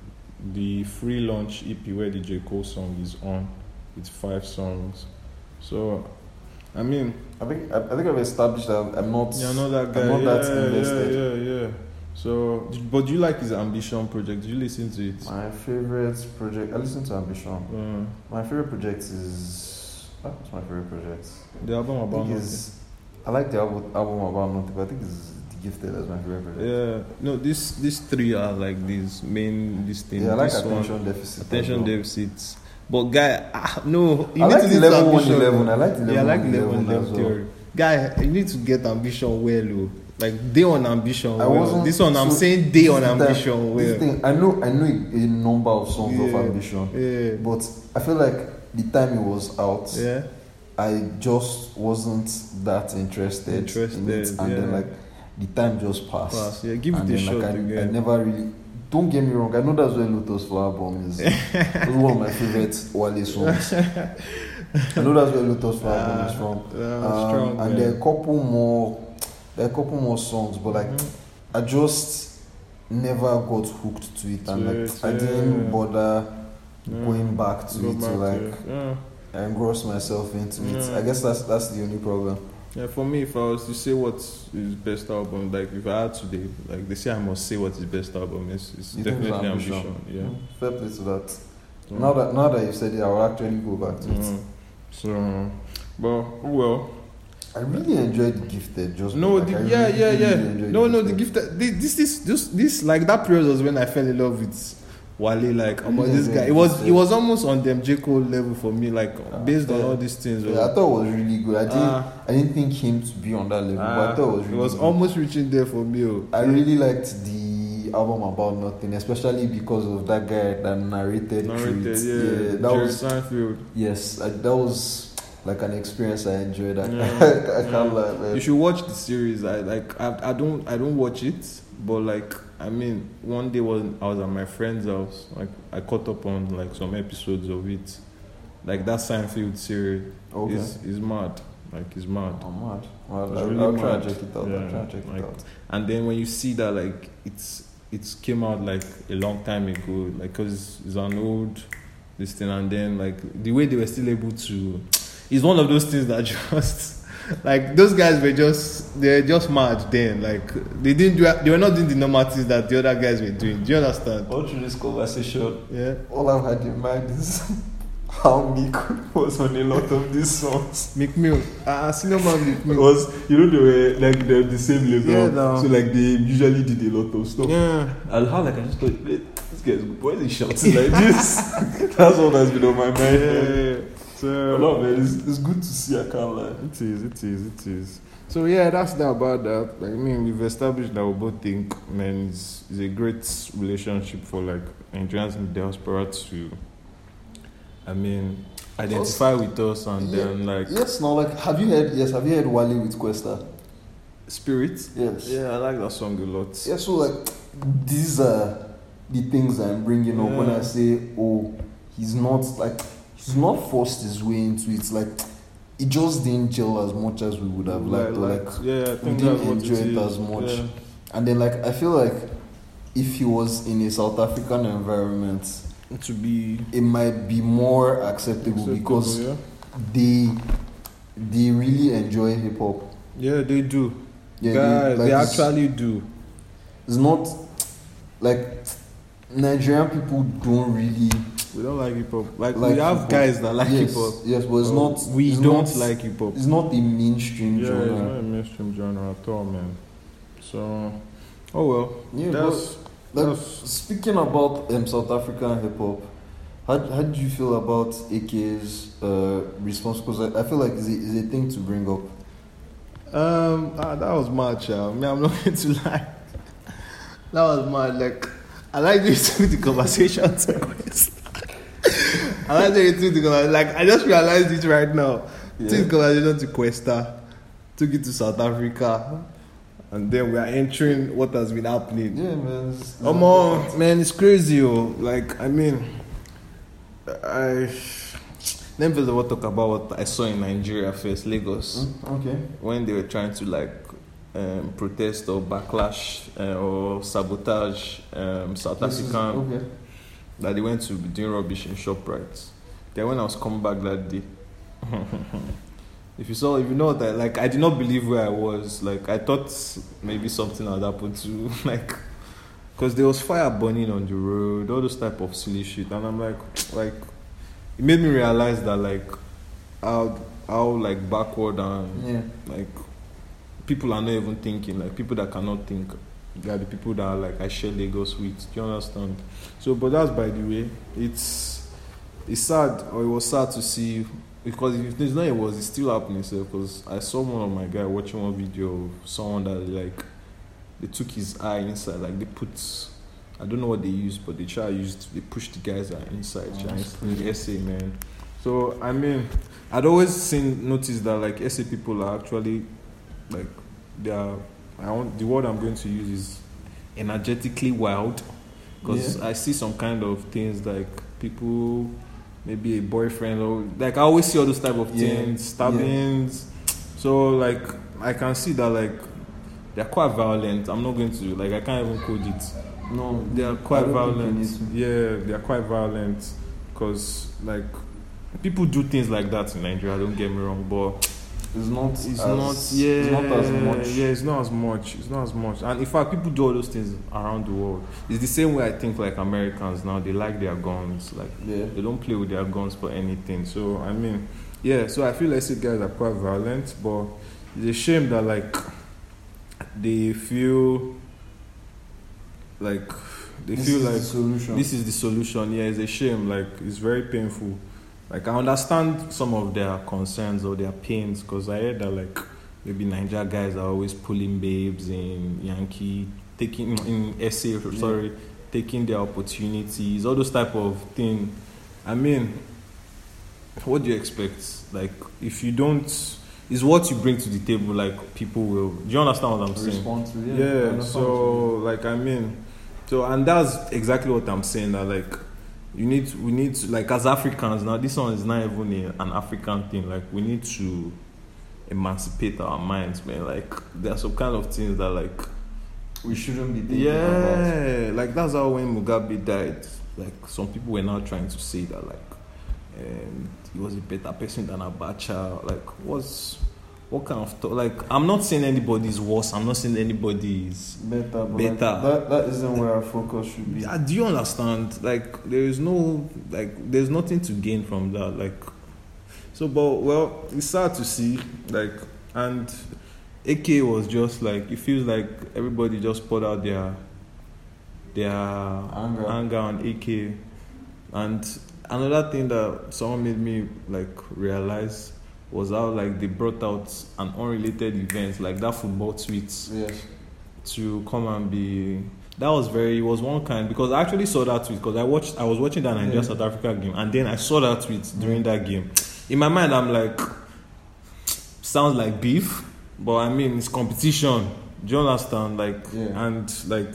the free launch EP where the J Cole song is on, with five songs. So, I mean, I think I, I think I've established that I'm not Yeah, I know that guy. I'm not yeah, that invested. Yeah, yeah, yeah. So, d- but do you like his ambition project? Do you listen to it? my favorite project I listen to Ambition. Uh, My favorite project is what was my favorite project? the album I about think nothing. is I like the album, album about nothing, but I think it's The Gifted as my favorite project. Yeah. No, this these three are like these main this thing. Yeah, I like this attention one, deficit. attention as well. deficits. But guy, ah, no, you I need like to the listen to level one ambition. eleven. I like the level Yeah, I like one level eleven level as well. theory. guy, you need to get ambition well, oh. like day on ambition. I well. wasn't- This one I'm so, saying day on this is the- Oh, ambition well. This thing, I know, I know a a number of songs of Yeah. ambition, Yeah, but I feel like the time it was out, yeah. I just wasn't that interested, in Interested, it, and then yeah. like the time just passed. Pass. Yeah, give and it a then, shot like, I, I again. never really Don't get me wrong, I know that's where Lotus Flower Bomb is. It's one of my favorite Wale songs. I know that's where Lotus Flower Bomb is from. Um, Ah, strong. and there are a couple more, there are a couple more songs, but like Mm-hmm. I just never got hooked to it, and To like it, I yeah. didn't bother Mm-hmm. Yeah. going back to Go it back to to like it. Mm-hmm. yeah. engross myself into it. Yeah. I guess that's that's the only problem. Yeah, for me, if I was to say what is best album, like if I had today, like they say I must say what is best album is, it's You think it's definitely Ambition? Mm. ambition. Yeah. Mm-hmm. Fair play to that. Now that now that you've said it, I will actually go back to it. Mm. So, but well, I really enjoyed the gifted. Just no, like, I the, really, yeah, yeah, really yeah. enjoyed No, no, the Gifted. gift. This, this, this, this, this, like that period was when I fell in love with Wale. Like, Really about this enjoyed guy, The it was, it Gifted. was almost on them J Cole level for me. Like, Ah, based on yeah. all these things. Yeah, I thought it was really good. I didn't, Ah. I didn't think him to be on that level, but I Ah, thought it was really it was good. almost reaching there for me. oh. I really liked the album about nothing, especially because of that guy that narrated. through Narrated, it. yeah. that Jerry was Seinfeld. yes, I, that was like an experience I enjoyed. I, Yeah, Mm. I can't yeah. lie, man. You should watch the series. I like. I, I don't. I don't watch it. But like, I mean, one day when I was at my friend's house, like I caught up on like some episodes of it. Like that Seinfeld series okay. is is mad. Like it's mad. I'm mad. Well, It's I'll, really I'll try and mad. check it out. I'll Yeah, try and check like- it out. And then when you see that, like it's it's came out like a long time ago, like cause it's an old this thing. And then like the way they were still able to, it's one of those things that just. Like those guys were just they're just mad then. Like they didn't do they were not doing the normal things that the other guys were doing. Do you understand? All through this conversation, Yeah. All I've had in mind is how Miku was on a lot of these songs. McMill. Ah, uh, senior man it Oh, McMill. was you know they were like they're the same level, Yeah, now. so like they usually did a lot of stuff. Yeah. And how like I just thought, "Wait, this guy's good. Why is he shouting like this? That's all that's been on my mind. But So no, man, it's, it's good to see. I can't lie. it is. It is. It is. So yeah, that's that about that. Like, I mean, we've established that we both think man is is a great relationship for like Nigerians in diaspora to. I mean, identify with us and Yeah. then like Yes, now like have you heard? Yes, have you heard Wally with Questa? spirit. Yes. Yeah, I like that song a lot. Yeah, so like these are the things I'm bringing up when I Yeah. say, oh, he's not like he's not forced his way into it. Like it just didn't gel as much as we would have liked. Like, yeah, I we think didn't that's what enjoy it is. as much. Yeah. And then like I feel like if he was in a South African environment, To be it might be more acceptable, acceptable, because yeah. they they really enjoy hip hop. yeah, they do. Yeah, like, Guys, they it's- actually do. it's not like Nigerian people don't really We don't like hip hop. Like, Like we have hip-hop. guys that like yes, hip hop. Yes, but it's but not. We it's don't not- like hip hop. It's not the mainstream Yeah, it's genre. not a mainstream genre at all, man. So, oh well. Yeah, that's but like, that's speaking about um, South African hip hop, how how do you feel about AK's uh, response? Because I, I feel like it's a, it's a thing to bring up. Um, ah, that was mad, child. Me, I'm not going to lie. That was mad. Like, I like to took the conversation to Quest. I like to took the conversation. Like, I just realized it right now. Took the conversation to Questa, took it to South Africa, and then we are entering what has been happening. Yeah, man. it's- Oh on, man, it's crazy, oh. Like, I mean, I. Let me first of all talk about what I saw in Nigeria first, Lagos. Mm, Okay. when they were trying to like um, protest or backlash uh, or sabotage um, South This is- African okay. that they went to be doing rubbish in shoprite. Then when I was coming back that day, if you saw, if you know that, like I did not believe where I was. Like I thought maybe something had happened to like, cause there was fire burning on the road, all those type of silly shit, and I'm like, like it made me realize that like how how like backward and Yeah. like people are not even thinking like people that cannot think they are the people that are like i share lagos with do you understand so but that's by the way it's it's sad or it was sad to see because if it's not it was it's still happening sir because i saw one of my guy watching one video of someone that like they took his eye inside like they put i don't know what they used but they try used they pushed the guys that are inside Oh, try that's and- in the essay man so i mean I'd always seen noticed that like SA people are actually like they are I want the word I'm going to use is energetically wild because I see some kind of things like people, maybe a boyfriend or like I always see all those type of Yeah. things, stabbings. So like I can see that like they're quite violent. I'm not going to like I can't even code it. No, They are quite I don't think we violent. need to. Yeah, they are quite violent because like people do things like that in Nigeria. Don't get me wrong, but It's not. It's it's as, not yeah It's not as much. yeah it's not as much it's not as much and in fact people do all those things around the world it's the same way i think like americans now they like their guns like Yeah. they don't play with their guns for anything so i mean yeah so i feel like these guys are quite violent but it's a shame that like they feel like they This feel is the like solution. this is the solution. Yeah, it's a shame. Like it's very painful. Like I understand some of their concerns or their pains because I heard that like maybe Niger guys are always pulling babes in Yankee, taking in SA. Sorry, taking their opportunities, all those type of thing. I mean, what do you expect? Like if you don't, it's what you bring to the table. Like people will. Do you understand what I'm saying? Respond to yeah. I yeah understand so like i mean so and that's exactly what i'm saying that like you need we need to like as africans now this one is not even a, an african thing like we need to emancipate our minds man like there are some kind of things that like what you- we shouldn't be thinking about. yeah like that's how when mugabe died like some people were now trying to say that like um, he was a better person than abacha like what's what kind of thought like i'm not saying anybody's worse i'm not saying anybody's Better, but Better. like, that that isn't where our focus should be. Yeah, do you understand? Like, there is no, like, there's nothing to gain from that. Like, so, but, well, it's sad to see. Like, and AK was just like, it feels like everybody just poured out their, their Anger. anger on AK. And another thing that someone made me, like, realize was how, like, they brought out an unrelated event, like that football tweets Yes. to come and be that was very it was one kind because I actually saw that tweet because I watched I was watching that Yeah. Nigeria South Africa game and then I saw that tweet during that game. In my mind I'm like sounds like beef, but I mean it's competition. Do you understand? Like Yeah. and like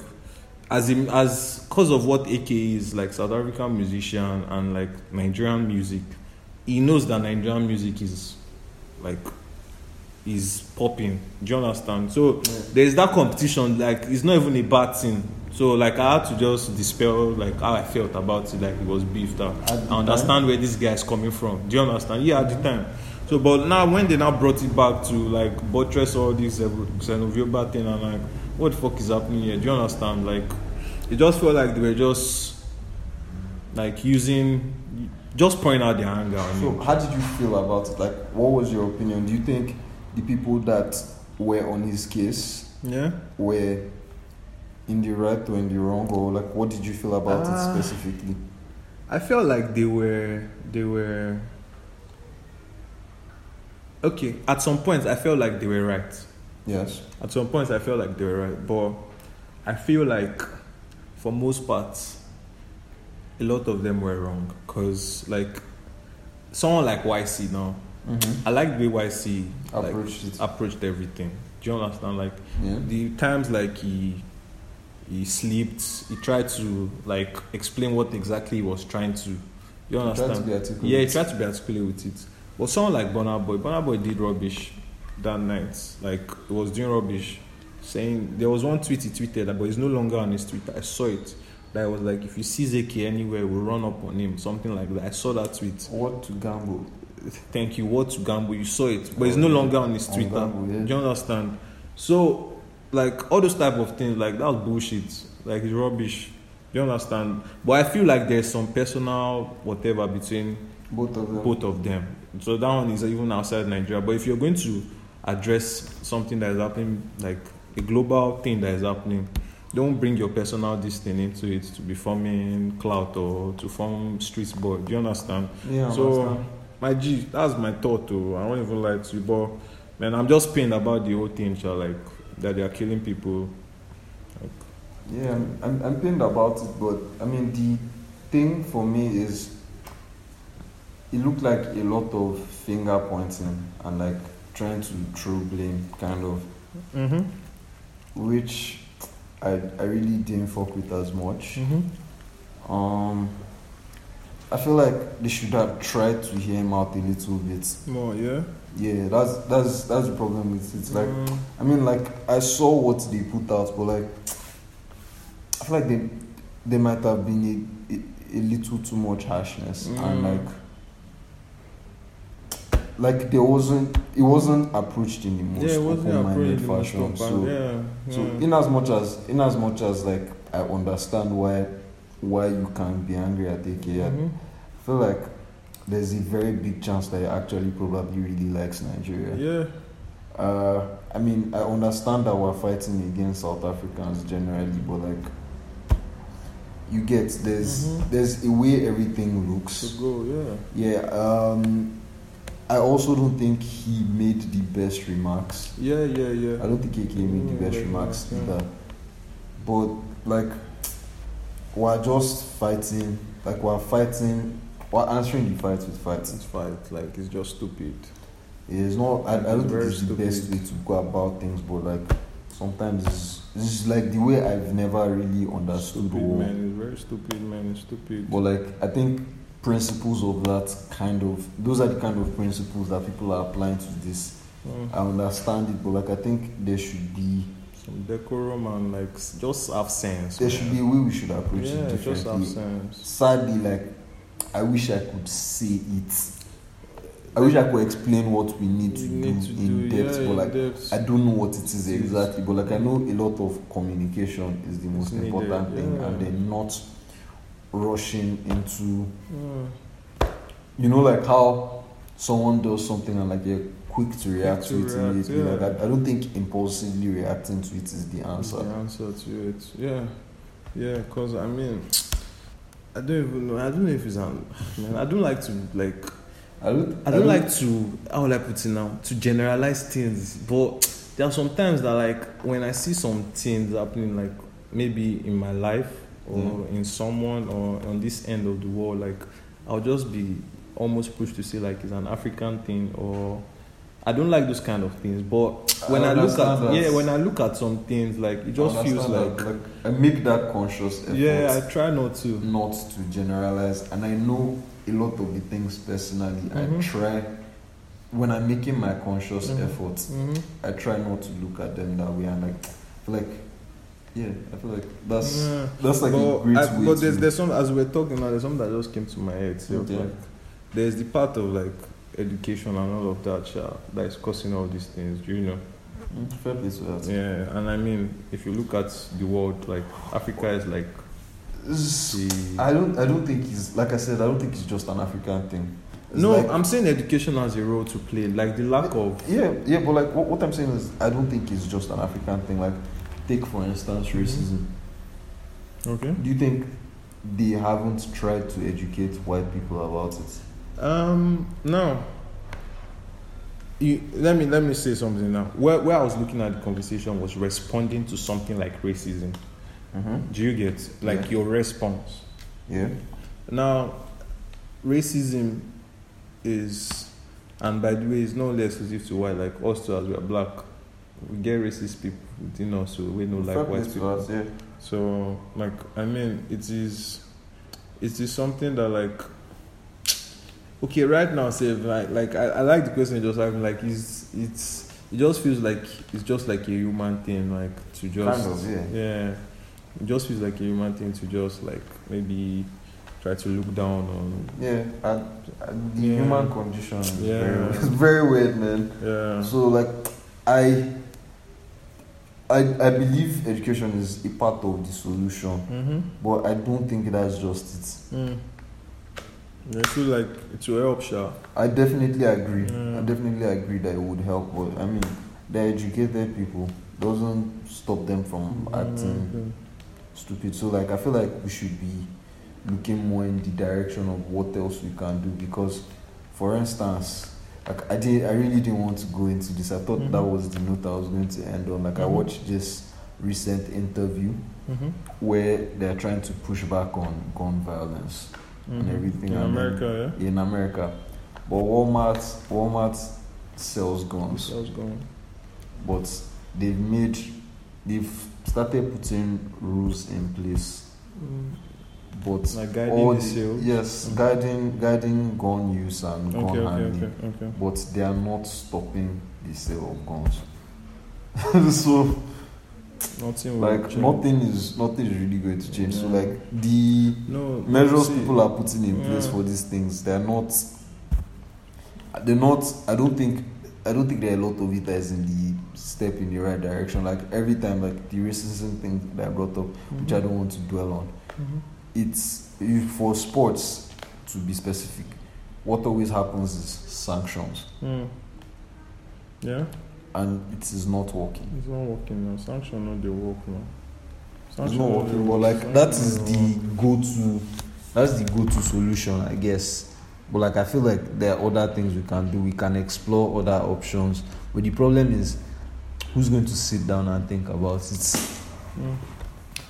as in, as cause of what AK is like South African musician and like Nigerian music, he knows that Nigerian music is like is popping. Do you understand? So Yeah. there's that competition like it's not even a bad thing so like i had to just dispel like how i felt about it like it was beefed up At the i understand where this guy is coming from do you understand yeah at the time so but now when they now brought it back to like buttress all this uh, xenophobia thing and like what the fuck is happening here do you understand like it just felt like they were just like using just pouring out their anger on So, you how did you feel about it? Like, what was your opinion? Do you think the people that were on his case yeah were in the right or in the wrong, or like, what did you feel about Ah. it specifically? I felt like they were they were okay. At some points, I felt like they were right. Yes. At some points, I felt like they were right, but I feel like for most parts, a lot of them were wrong. Cause like someone like YC now, Mm-hmm. I like the way YC like, Approached it. approached everything. Do you understand? Like yeah. the times like he he slept he tried to like explain what exactly he was trying to you Trying to understand be articulate. yeah he tried to be articulate with it but someone like Burna Boy Burna Boy did rubbish that night like he was doing rubbish saying there was one tweet he tweeted that but it's no longer on his Twitter I saw it that was like if you see Zeki anywhere we'll run up on him something like that I saw that tweet What to gamble? thank you what to gamble you saw it but it's no longer on his Oh, On Twitter gamble, yeah. do you understand? So, like all those type of things, like that's bullshit. Like it's rubbish. Do you understand? But I feel like there's some personal whatever between Both of them. both of them. So that one is even outside Nigeria. But if you're going to address something that is happening, like a global thing that is happening, don't bring your personal this thing into it to be forming clout or to form street boy. Do you understand? Yeah. I So, understand. my G, that's my thought. Too. I won't even lie to you, but man, I'm just pained about the whole thing, child, like that they are killing people. Yeah, I'm, I'm, I'm pained about it, but I mean, the thing for me is it looked like a lot of finger pointing and like trying to throw blame, kind of, Mm-hmm. which I I really didn't fuck with as much. Mm-hmm. Um, I feel like they should have tried to hear him out a little bit. More, yeah. Yeah, that's that's that's the problem with it. Like Mm. I mean, like I saw what they put out, but like I feel like they they might have been a, a, a little too much harshness and Mm. like like there wasn't it wasn't approached in the most yeah, it wasn't open-minded appropriate most fashion. open. So yeah, yeah. so in as much as in as much as like I understand why why you can be angry at AK, Mhm. I feel like there's a very big chance that he actually probably really likes Nigeria. yeah. Uh, I mean, I understand that we're fighting against South Africans generally, but like, you get there's Mhm. there's a way everything looks. To go, yeah. Yeah. Um, I also don't think he made the best remarks. Yeah, yeah, yeah. I don't think AK made Mm, the best like, remarks yeah. either. But like, we're just fighting. Like we're fighting. We're answering the fight with fighting. It's fight, like it's just stupid. It's not. I, I It's don't think very it's the best way stupid. to go about things, but like sometimes it's, it's like the way I've never really understood. stupid Or, man, it's very stupid man, it's stupid. but like I think principles of that kind of those are the kind of principles that people are applying to this. Mm. I understand it, but like I think there should be Some decorum and like s- just have sense. there should be a way we should approach yeah, it just have differently. sense. Sadly, like I wish I could say it. I wish I could explain what we need to, You do, need to in do depth, yeah, but like in depth. I don't know what it is It is. exactly, but like I know a lot of communication is the most needed, important thing, yeah. and then not rushing into Mm. you know like how someone does something and like you're quick to react to to, it react, immediately. yeah. Like I, I don't think impulsively reacting to it is the answer. The answer to it. Yeah. Yeah, cause I mean I don't even know. I don't know if it's an man, I don't like to like I don't. I don't like to how would I put it now to generalize things, but there are some times that like when I see some things happening like maybe in my life or Mm. in someone or on this end of the world, like I'll just be almost pushed to say like it's an African thing or I don't like those kind of things. But I when I, look at understand that. yeah, when I look at some things like it just feels understand like that, like I make that conscious effort. yeah, I try not to. not to generalize and i know a lot of the things personally Mhm. i try when i'm making my conscious Mhm. efforts hmm i try not to look at them that way and like feel like yeah i feel like that's Yeah. that's like but a great I- way but there's to- there's some as we we're talking now. There's some that just came to my head. So Okay. like, there's the part of like education and all of that, sha, that is causing all these things. You know. Mm, fair play to that. Yeah, and I mean, if you look at the world, like Africa is like It's- the. i don't i don't think it's like i said i don't think it's just an african thing It's no, like- I'm saying education has a role to play. Like the lack of. yeah yeah but like what, what i'm saying is i don't think it's just an african thing like take for instance racism Mm-hmm. Okay. Do you think they haven't tried to educate white people about it? Um. Now. You, let me let me say something now. Where where I was looking at the conversation was responding to something like racism. Mm-hmm. Do you get like Yeah. your response? Yeah. Now, racism is, and by the way, it's not only exclusive to white. Like us too, as we are black, we get racist people within us, so we know Fair like play white to people. us, yeah. So, like, I mean, it is, it is something that like. Okay, right now, say like, like I, I like the question you just having like it's it's it just feels like it's just like a human thing like to just Kind of, yeah. yeah, it just feels like a human thing to just like maybe try to look down on. Yeah. And, and the Yeah. human condition is Yeah. very it's very weird, man. Yeah. So like I I I believe education is a part of the solution, Mm-hmm. but I don't think that's just Mm. I feel like it will help, sure. it. I definitely agree. Yeah. I definitely agree that it would help, but I mean the educated people doesn't stop them from Mm. acting mm. Mm-hmm. stupid. So like I feel like we should be looking more in the direction of what else we can do because for instance like I did I really didn't want to go into this. I thought that Mhm. was the note I was going to end on. Like I Mhm. watched this recent interview Mm-hmm. where they're trying to push back on gun violence and everything Mm-hmm. in and America, in America. But Walmart Walmart sells yeah. guns How's going? but they've made they've started putting rules in place, but Like guiding all the the- sale. yes, Mhm. guiding guiding gun use and gun Okay, okay, handling. okay, okay. but they are not stopping the sale of guns. so Nothing will like change. nothing is nothing is really going to change. So Oh, Yeah. like the No measures see, people are putting in place Yeah. for these things, they are not. They're not. I don't think. I don't think there are a lot of it that is in the step in the right direction. Like every time, like the racism thing that I brought up, which I don't want to dwell on. Mhm. It's if for sports to be specific. What always happens is sanctions, Mm. Yeah, and it is not working. it's not working now. Sanction not the work now. It's Sanction not no working, dey but work. like Sanction that is no dey the work. go-to. That's the go-to solution, I guess. But like I feel like there are other things we can do. We can explore other options. But the problem is, who's going to sit down and think about it? Mm.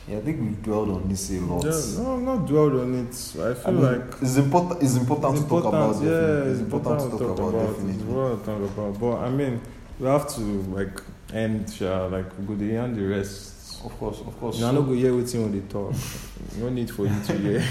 Yeah, I think we've dwelled on this a lot. Yeah, no, I'm not dwelled on it. I feel I mean, like it's important. It's important it's to talk about. important. definitely. Yeah, it's important to talk about. It's definitely. important to talk about. But I mean, we have to like end, sha, like we go dey yarn the rest. Of course, of course. Una no go hear wetin we dey talk. No need for you to hear.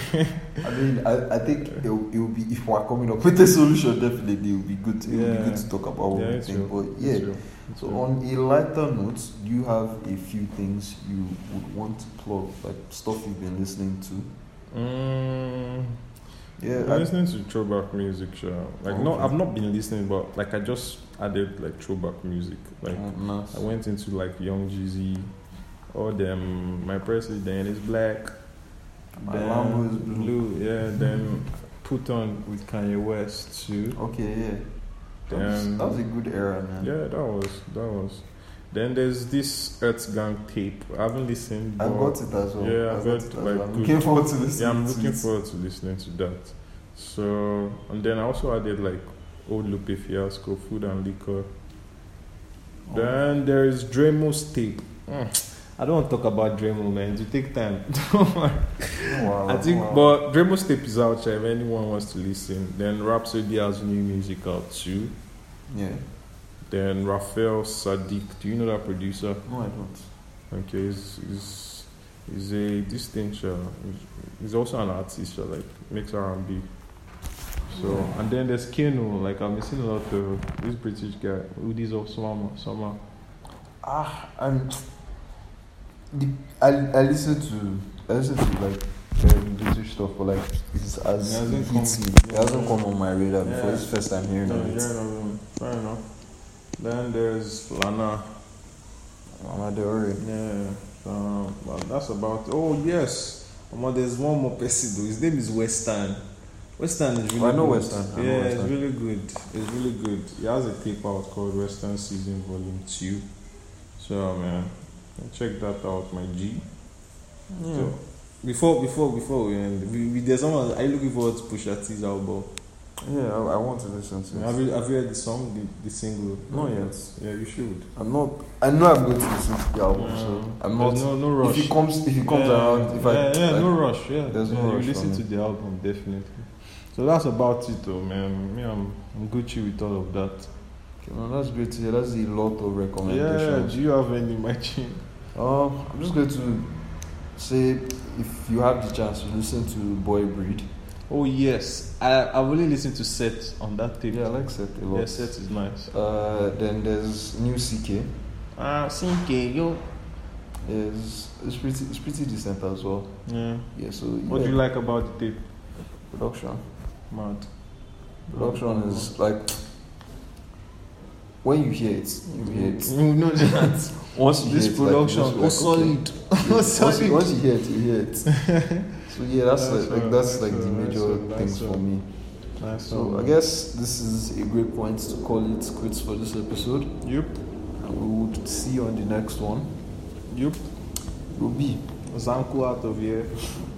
I mean, I, I think it will, it will be if we are coming up with a solution. Definitely, it will be good. It will be Yeah. good to talk about what Yeah, we it's think. true. But yeah, It's true. It's So true. on a lighter note, do you have a few things you would want to plug, like stuff you've been listening to? Mm, I'm Yeah, listening to throwback music, sha. Like no, Okay. I've not been listening, but like I just added like throwback music. I, Like no. I went into like Young Jeezy, all them. My president is black. My then Lambo is blue. Yeah, then put on with Kanye West too. Okay, yeah. Oh, That was, Then- that was a good era, man. Um, Yeah, that was that was. Then there's this Earth Gang tape. I haven't listened. I but- got it as well. Yeah, I got I've got, it as like, well. I'm good- looking forward to listening Yeah, I'm to looking it. forward to listening to that. So, and then I also added like Old Lupe Fiasco, Food and Liquor. Oh, Then there is Dremo's tape. Mm, I don't want to talk about Dremo, man. You take time. Don't worry. Wow, I think, Oh, wow. but Dremo's tape is out. so If anyone wants to listen, then Rhapsody has new music out too. yeah, Then Rafael Sadiq, do you know that producer? no, I don't. Okay, he's he's, he's a distinction. He's also an artist, so like makes R and B. So and then there's Keno, like I've been seeing a lot of this British guy, Udis of Summer Summer. Ah, and the, I I listen to I listen to like um, British stuff, but like it's as It it hasn't, hasn't come- me. It hasn't come on my radar before. Yeah. It's first time hearing of it. fair enough. Then there's Lana. Mama Deore. Yeah. Um, well, that's about oh yes. Um, there's one more person though. His name is Western. Western is really Oh, I know good. Weston. I know yeah, it's Weston. really good. It's really good. He has a tape out called Western Season Volume Two. So man, check that out, my G. So, before before before we end, we, we, there's someone are you looking forward to Pusha T's album? Yeah, I, I want to listen to it. Have you have you heard the song, the, the single? Not yet. Yeah, you should. Um, I'm not. I know I'm going to listen to the album, so I'm not. There's no no rush. if it comes, if it comes yeah, around, if yeah, I yeah, like, Eh, no rush. Yeah, there's no Yeah, rush You listen for to me. the album definitely. So that's about it, though, man. Me, I'm, I'm Gucci with all of that. Okay, no, that's great to hear. That's a lot of Yeah. recommendations. Do you have any matching? Um, I'm just going to say, if you have the chance, to listen to Boy Breed. Oh yes, I I really listened to Set on that tape. Yeah, I like Seth a lot. yeah Set is nice. Uh, then there's New CK. Ah, Sinke, yo. It's, it's pretty, it's pretty decent as well. Yeah. Yeah. So What yeah, do you like about the tape? Production. Mad. Production is like when you hear it, you hear it. You know that. Once you this hear it, like, production, you just be oh like, okay. solid. Yeah, once, Sorry. you, once you hear it, you hear it. so yeah, that's Nice like, one, like that's nice like the one, nice major one, nice things for one. me. Nice. So one. I guess this is a great point to call it quits for this episode. Yep. And we would see you on the next one. Yep. Ruby. Zanku out of here.